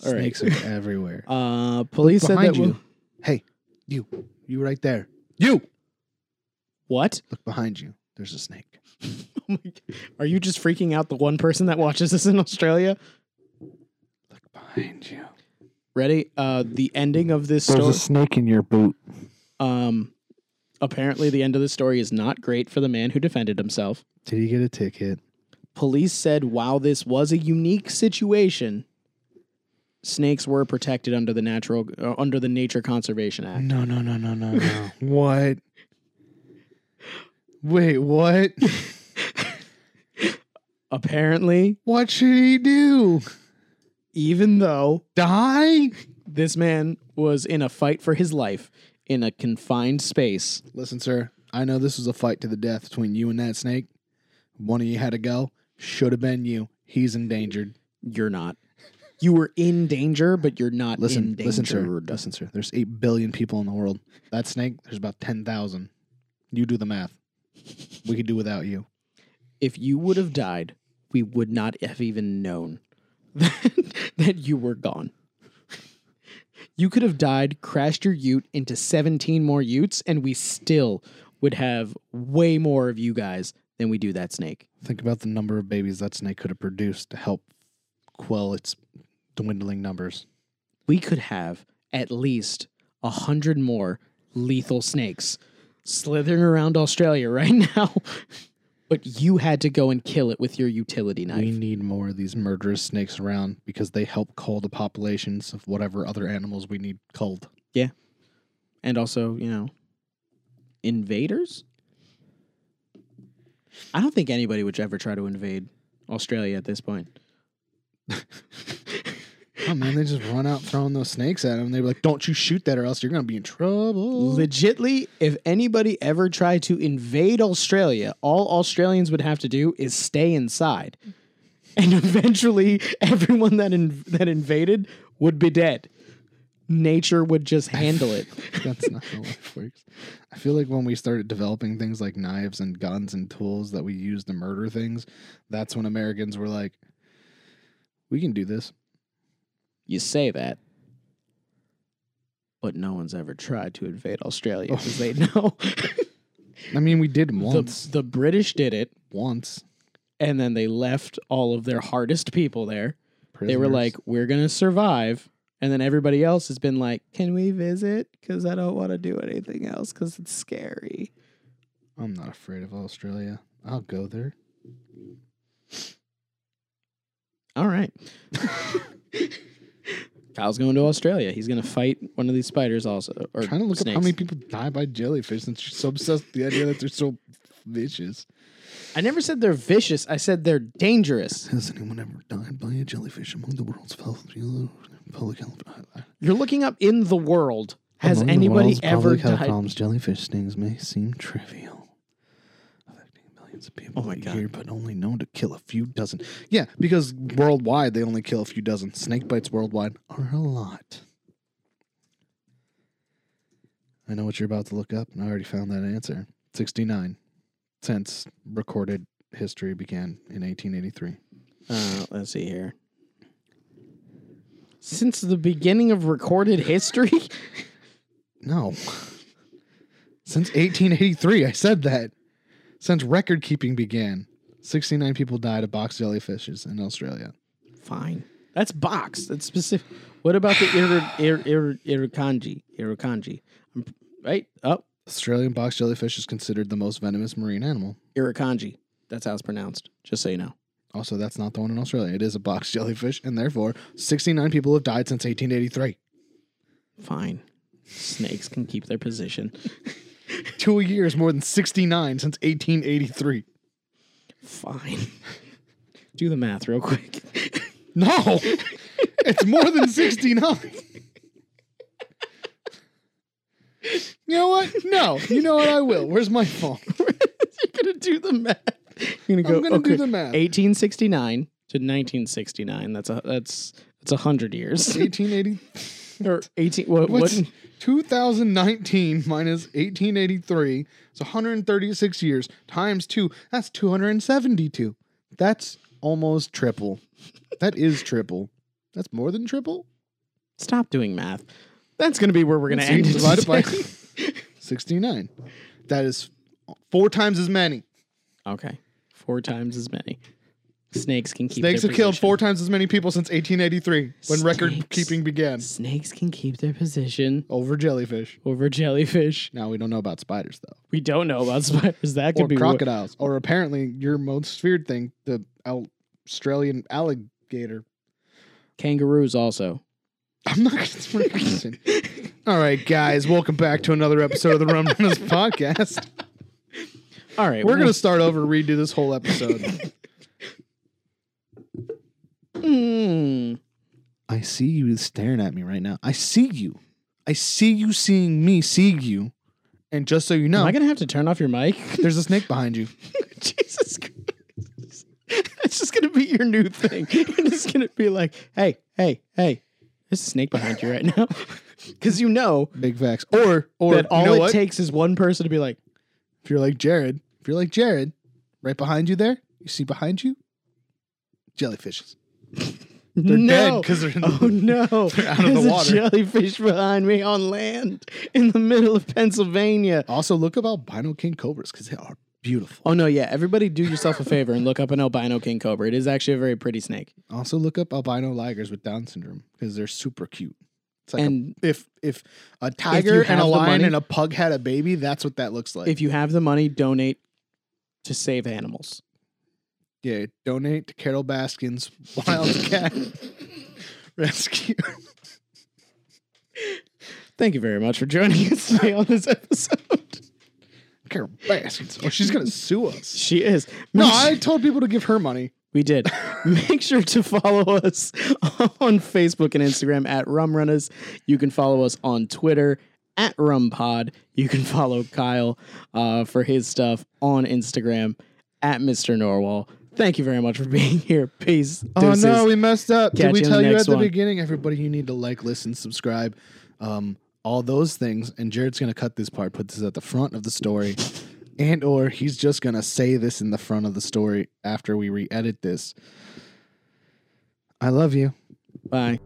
Speaker 1: All right.
Speaker 2: snakes are everywhere.
Speaker 1: Uh, police said
Speaker 2: behind
Speaker 1: that.
Speaker 2: you.
Speaker 1: Will,
Speaker 2: hey, you. You right there. You
Speaker 1: what?
Speaker 2: look behind you. There's a snake.
Speaker 1: Oh my God. Are you just freaking out the one person that watches this in Australia?
Speaker 2: Look behind you.
Speaker 1: Ready? Uh, the ending of this
Speaker 3: There's
Speaker 1: story.
Speaker 3: a snake in your boot.
Speaker 1: Um, apparently, the end of the story is not great for the man who defended himself.
Speaker 2: Did he get a ticket?
Speaker 1: Police said while this was a unique situation, snakes were protected under the natural uh, under the Nature Conservation Act.
Speaker 2: No, no, no, no, no, no. what? Wait, what?
Speaker 1: Apparently,
Speaker 2: what should he do?
Speaker 1: even though
Speaker 2: Die?
Speaker 1: this man was in a fight for his life in a confined space,
Speaker 2: Listen, sir, I know this was a fight to the death between you and that snake. One of you had to go. Should have been you. He's endangered.
Speaker 1: you're not. You were in danger, but you're not in
Speaker 2: Listen,
Speaker 1: danger.
Speaker 2: listen, sir. Listen, sir. There's 8 billion people in the world. That snake, there's about 10,000. You do the math. We could do without you.
Speaker 1: if you would have died, we would not have even known that, that you were gone. You could have died, crashed your ute into 17 more utes, and we still would have way more of you guys than we do that snake.
Speaker 2: Think about the number of babies that snake could have produced to help quell its dwindling numbers.
Speaker 1: We could have at least a 100 more lethal snakes slithering around Australia right now, but you had to go and kill it with your utility knife.
Speaker 2: We need more of these murderous snakes around because they help cull the populations of whatever other animals we need culled.
Speaker 1: and also you know invaders i don't think anybody would ever try to invade australia at this point
Speaker 2: Oh man, they just run out throwing those snakes at them. They're like, "Don't you shoot that, or else you're gonna be in trouble."
Speaker 1: legitly if anybody ever tried to invade australia all australians would have to do is stay inside and eventually everyone that inv- that invaded would be dead nature would just handle it
Speaker 2: That's not how life works. I feel like when we started developing things like knives and guns and tools that we use to murder things, that's when Americans were like, "We can do this."
Speaker 1: you say that but no one's ever tried to invade australia
Speaker 2: Oh.
Speaker 1: because they know
Speaker 2: I mean, we did
Speaker 1: the,
Speaker 2: once.
Speaker 1: the British did it,
Speaker 2: once
Speaker 1: and then they left all of their hardest people there. They were
Speaker 2: Prisoners.
Speaker 1: like, "We're gonna survive," and then everybody else has been like, "Can we visit? Because I don't want to do anything else because it's scary."
Speaker 2: I'm not afraid of Australia. I'll go there.
Speaker 1: All right. Kyle's going to Australia. He's gonna fight one of these spiders also. Or
Speaker 2: trying to look
Speaker 1: snakes.
Speaker 2: up how many people die by jellyfish since you're so obsessed with the idea that they're so vicious.
Speaker 1: I never said they're vicious. I said they're dangerous.
Speaker 2: Has anyone ever died by a jellyfish among the world's public health?
Speaker 1: You're looking up in the world. Has anybody ever died?
Speaker 2: jellyfish stings may seem trivial, affecting millions of people
Speaker 1: Oh my
Speaker 2: a
Speaker 1: God.
Speaker 2: year, but only known to kill a few dozen. Yeah, because worldwide they only kill a few dozen. Snake bites worldwide are a lot. I know what you're about to look up, and I already found that answer. 69 since recorded history began in 1883.
Speaker 1: Uh, let's see here. Since the beginning of recorded history,
Speaker 2: No. Since 1883, I said that. Since record keeping began, 69 people died of box jellyfishes in Australia.
Speaker 1: fine. That's box. That's specific. What about the Irukandji? Ir, ir, Irukandji? Irukandji. I'm- Right? Oh,
Speaker 2: Australian box jellyfish is considered the most venomous marine animal.
Speaker 1: Irukandji. That's how it's pronounced. Just so you know.
Speaker 2: Also, that's not the one in Australia. It is a box jellyfish, and therefore, 69 people have died since 1883.
Speaker 1: Fine. Snakes can keep their position.
Speaker 2: Two years more than 69 since 1883.
Speaker 1: Fine. Do the math real quick.
Speaker 2: No! it's more than 69. you know what? No. You know what? I will. Where's my phone?
Speaker 1: You're gonna do the math. You're gonna
Speaker 2: I'm
Speaker 1: go.
Speaker 2: gonna do
Speaker 1: okay,
Speaker 2: the math.
Speaker 1: 1869 to 1969. That's a that's that's a hundred years.
Speaker 2: 1880
Speaker 1: or 18 what, what
Speaker 2: what's 2019 minus 1883 it's 136 years times 2 that's 272 that's almost triple that is triple that's more than triple
Speaker 1: stop doing math that's going to be where we're going to
Speaker 2: So
Speaker 1: end
Speaker 2: you
Speaker 1: it
Speaker 2: divide it by
Speaker 1: today.
Speaker 2: 69 that is four times as many
Speaker 1: okay four times as many Snakes can keep
Speaker 2: Snakes
Speaker 1: their
Speaker 2: have killed
Speaker 1: position.
Speaker 2: four times as many people since 1883 when record
Speaker 1: Snakes.
Speaker 2: keeping began
Speaker 1: Snakes can keep their position
Speaker 2: over jellyfish.
Speaker 1: over jellyfish.
Speaker 2: Now we don't know about spiders though,
Speaker 1: We don't know about spiders. That could
Speaker 2: or
Speaker 1: be wo-
Speaker 2: crocodiles, or apparently your most feared thing, the Al- Australian alligator.
Speaker 1: kangaroos also.
Speaker 2: I'm not going to All right, guys, welcome back to another episode of the Rum Runners podcast.
Speaker 1: All right,
Speaker 2: We're going to start over, redo this whole episode.
Speaker 1: Hmm. Mm.
Speaker 2: I see you staring at me right now. I see you. I see you seeing me see you. And just so you know,
Speaker 1: Am I gonna have to turn off your mic?
Speaker 2: there's a snake behind you.
Speaker 1: Jesus Christ. It's just gonna be your new thing. It's just gonna be like, hey, hey, hey, there's a snake behind you right now. Cause you know
Speaker 2: Big facts. Or or
Speaker 1: that all
Speaker 2: you know
Speaker 1: it
Speaker 2: what?
Speaker 1: takes is one person to be like,
Speaker 2: if you're like Jared, if you're like Jared, right behind you there, you see behind you jellyfishes. They're dead
Speaker 1: no.
Speaker 2: because they're in the
Speaker 1: Oh no!
Speaker 2: out of the
Speaker 1: There's
Speaker 2: water.
Speaker 1: a jellyfish behind me on land in the middle of Pennsylvania.
Speaker 2: Also, look up albino king cobras because they are beautiful.
Speaker 1: Oh no! Yeah, everybody, do yourself a favor and look up an albino king cobra. It is actually a very pretty snake.
Speaker 2: Also, look up albino ligers with Down syndrome because they're super cute. It's like a-
Speaker 1: and
Speaker 2: if if a tiger and
Speaker 1: have
Speaker 2: a
Speaker 1: the
Speaker 2: lion
Speaker 1: money-
Speaker 2: and a pug had a baby, that's what that looks like.
Speaker 1: if you have the money, donate to save animals.
Speaker 2: yeah, donate to Carol Baskin's Wildcat Rescue.
Speaker 1: Thank you very much for joining us today on this episode.
Speaker 2: Carol Baskins. Oh, she's gonna sue us.
Speaker 1: She is.
Speaker 2: No,
Speaker 1: Make su-
Speaker 2: I told people to give her money.
Speaker 1: we did. Make sure to follow us on Facebook and Instagram at Rum Runners. You can follow us on Twitter at Rum Pod. You can follow Kyle uh, for his stuff on Instagram at Mr. Norwal. Thank you very much for being here. Peace.
Speaker 2: Oh
Speaker 1: Deuces.
Speaker 2: no, we messed up.
Speaker 1: Catch
Speaker 2: Did we
Speaker 1: you in
Speaker 2: tell
Speaker 1: the
Speaker 2: you at
Speaker 1: next
Speaker 2: the
Speaker 1: one.
Speaker 2: beginning, everybody? You need to like, listen, subscribe, um, all those things. And Jared's gonna cut this part, put this at the front of the story, and or he's just gonna say this in the front of the story after we re-edit this. I love you.
Speaker 1: Bye.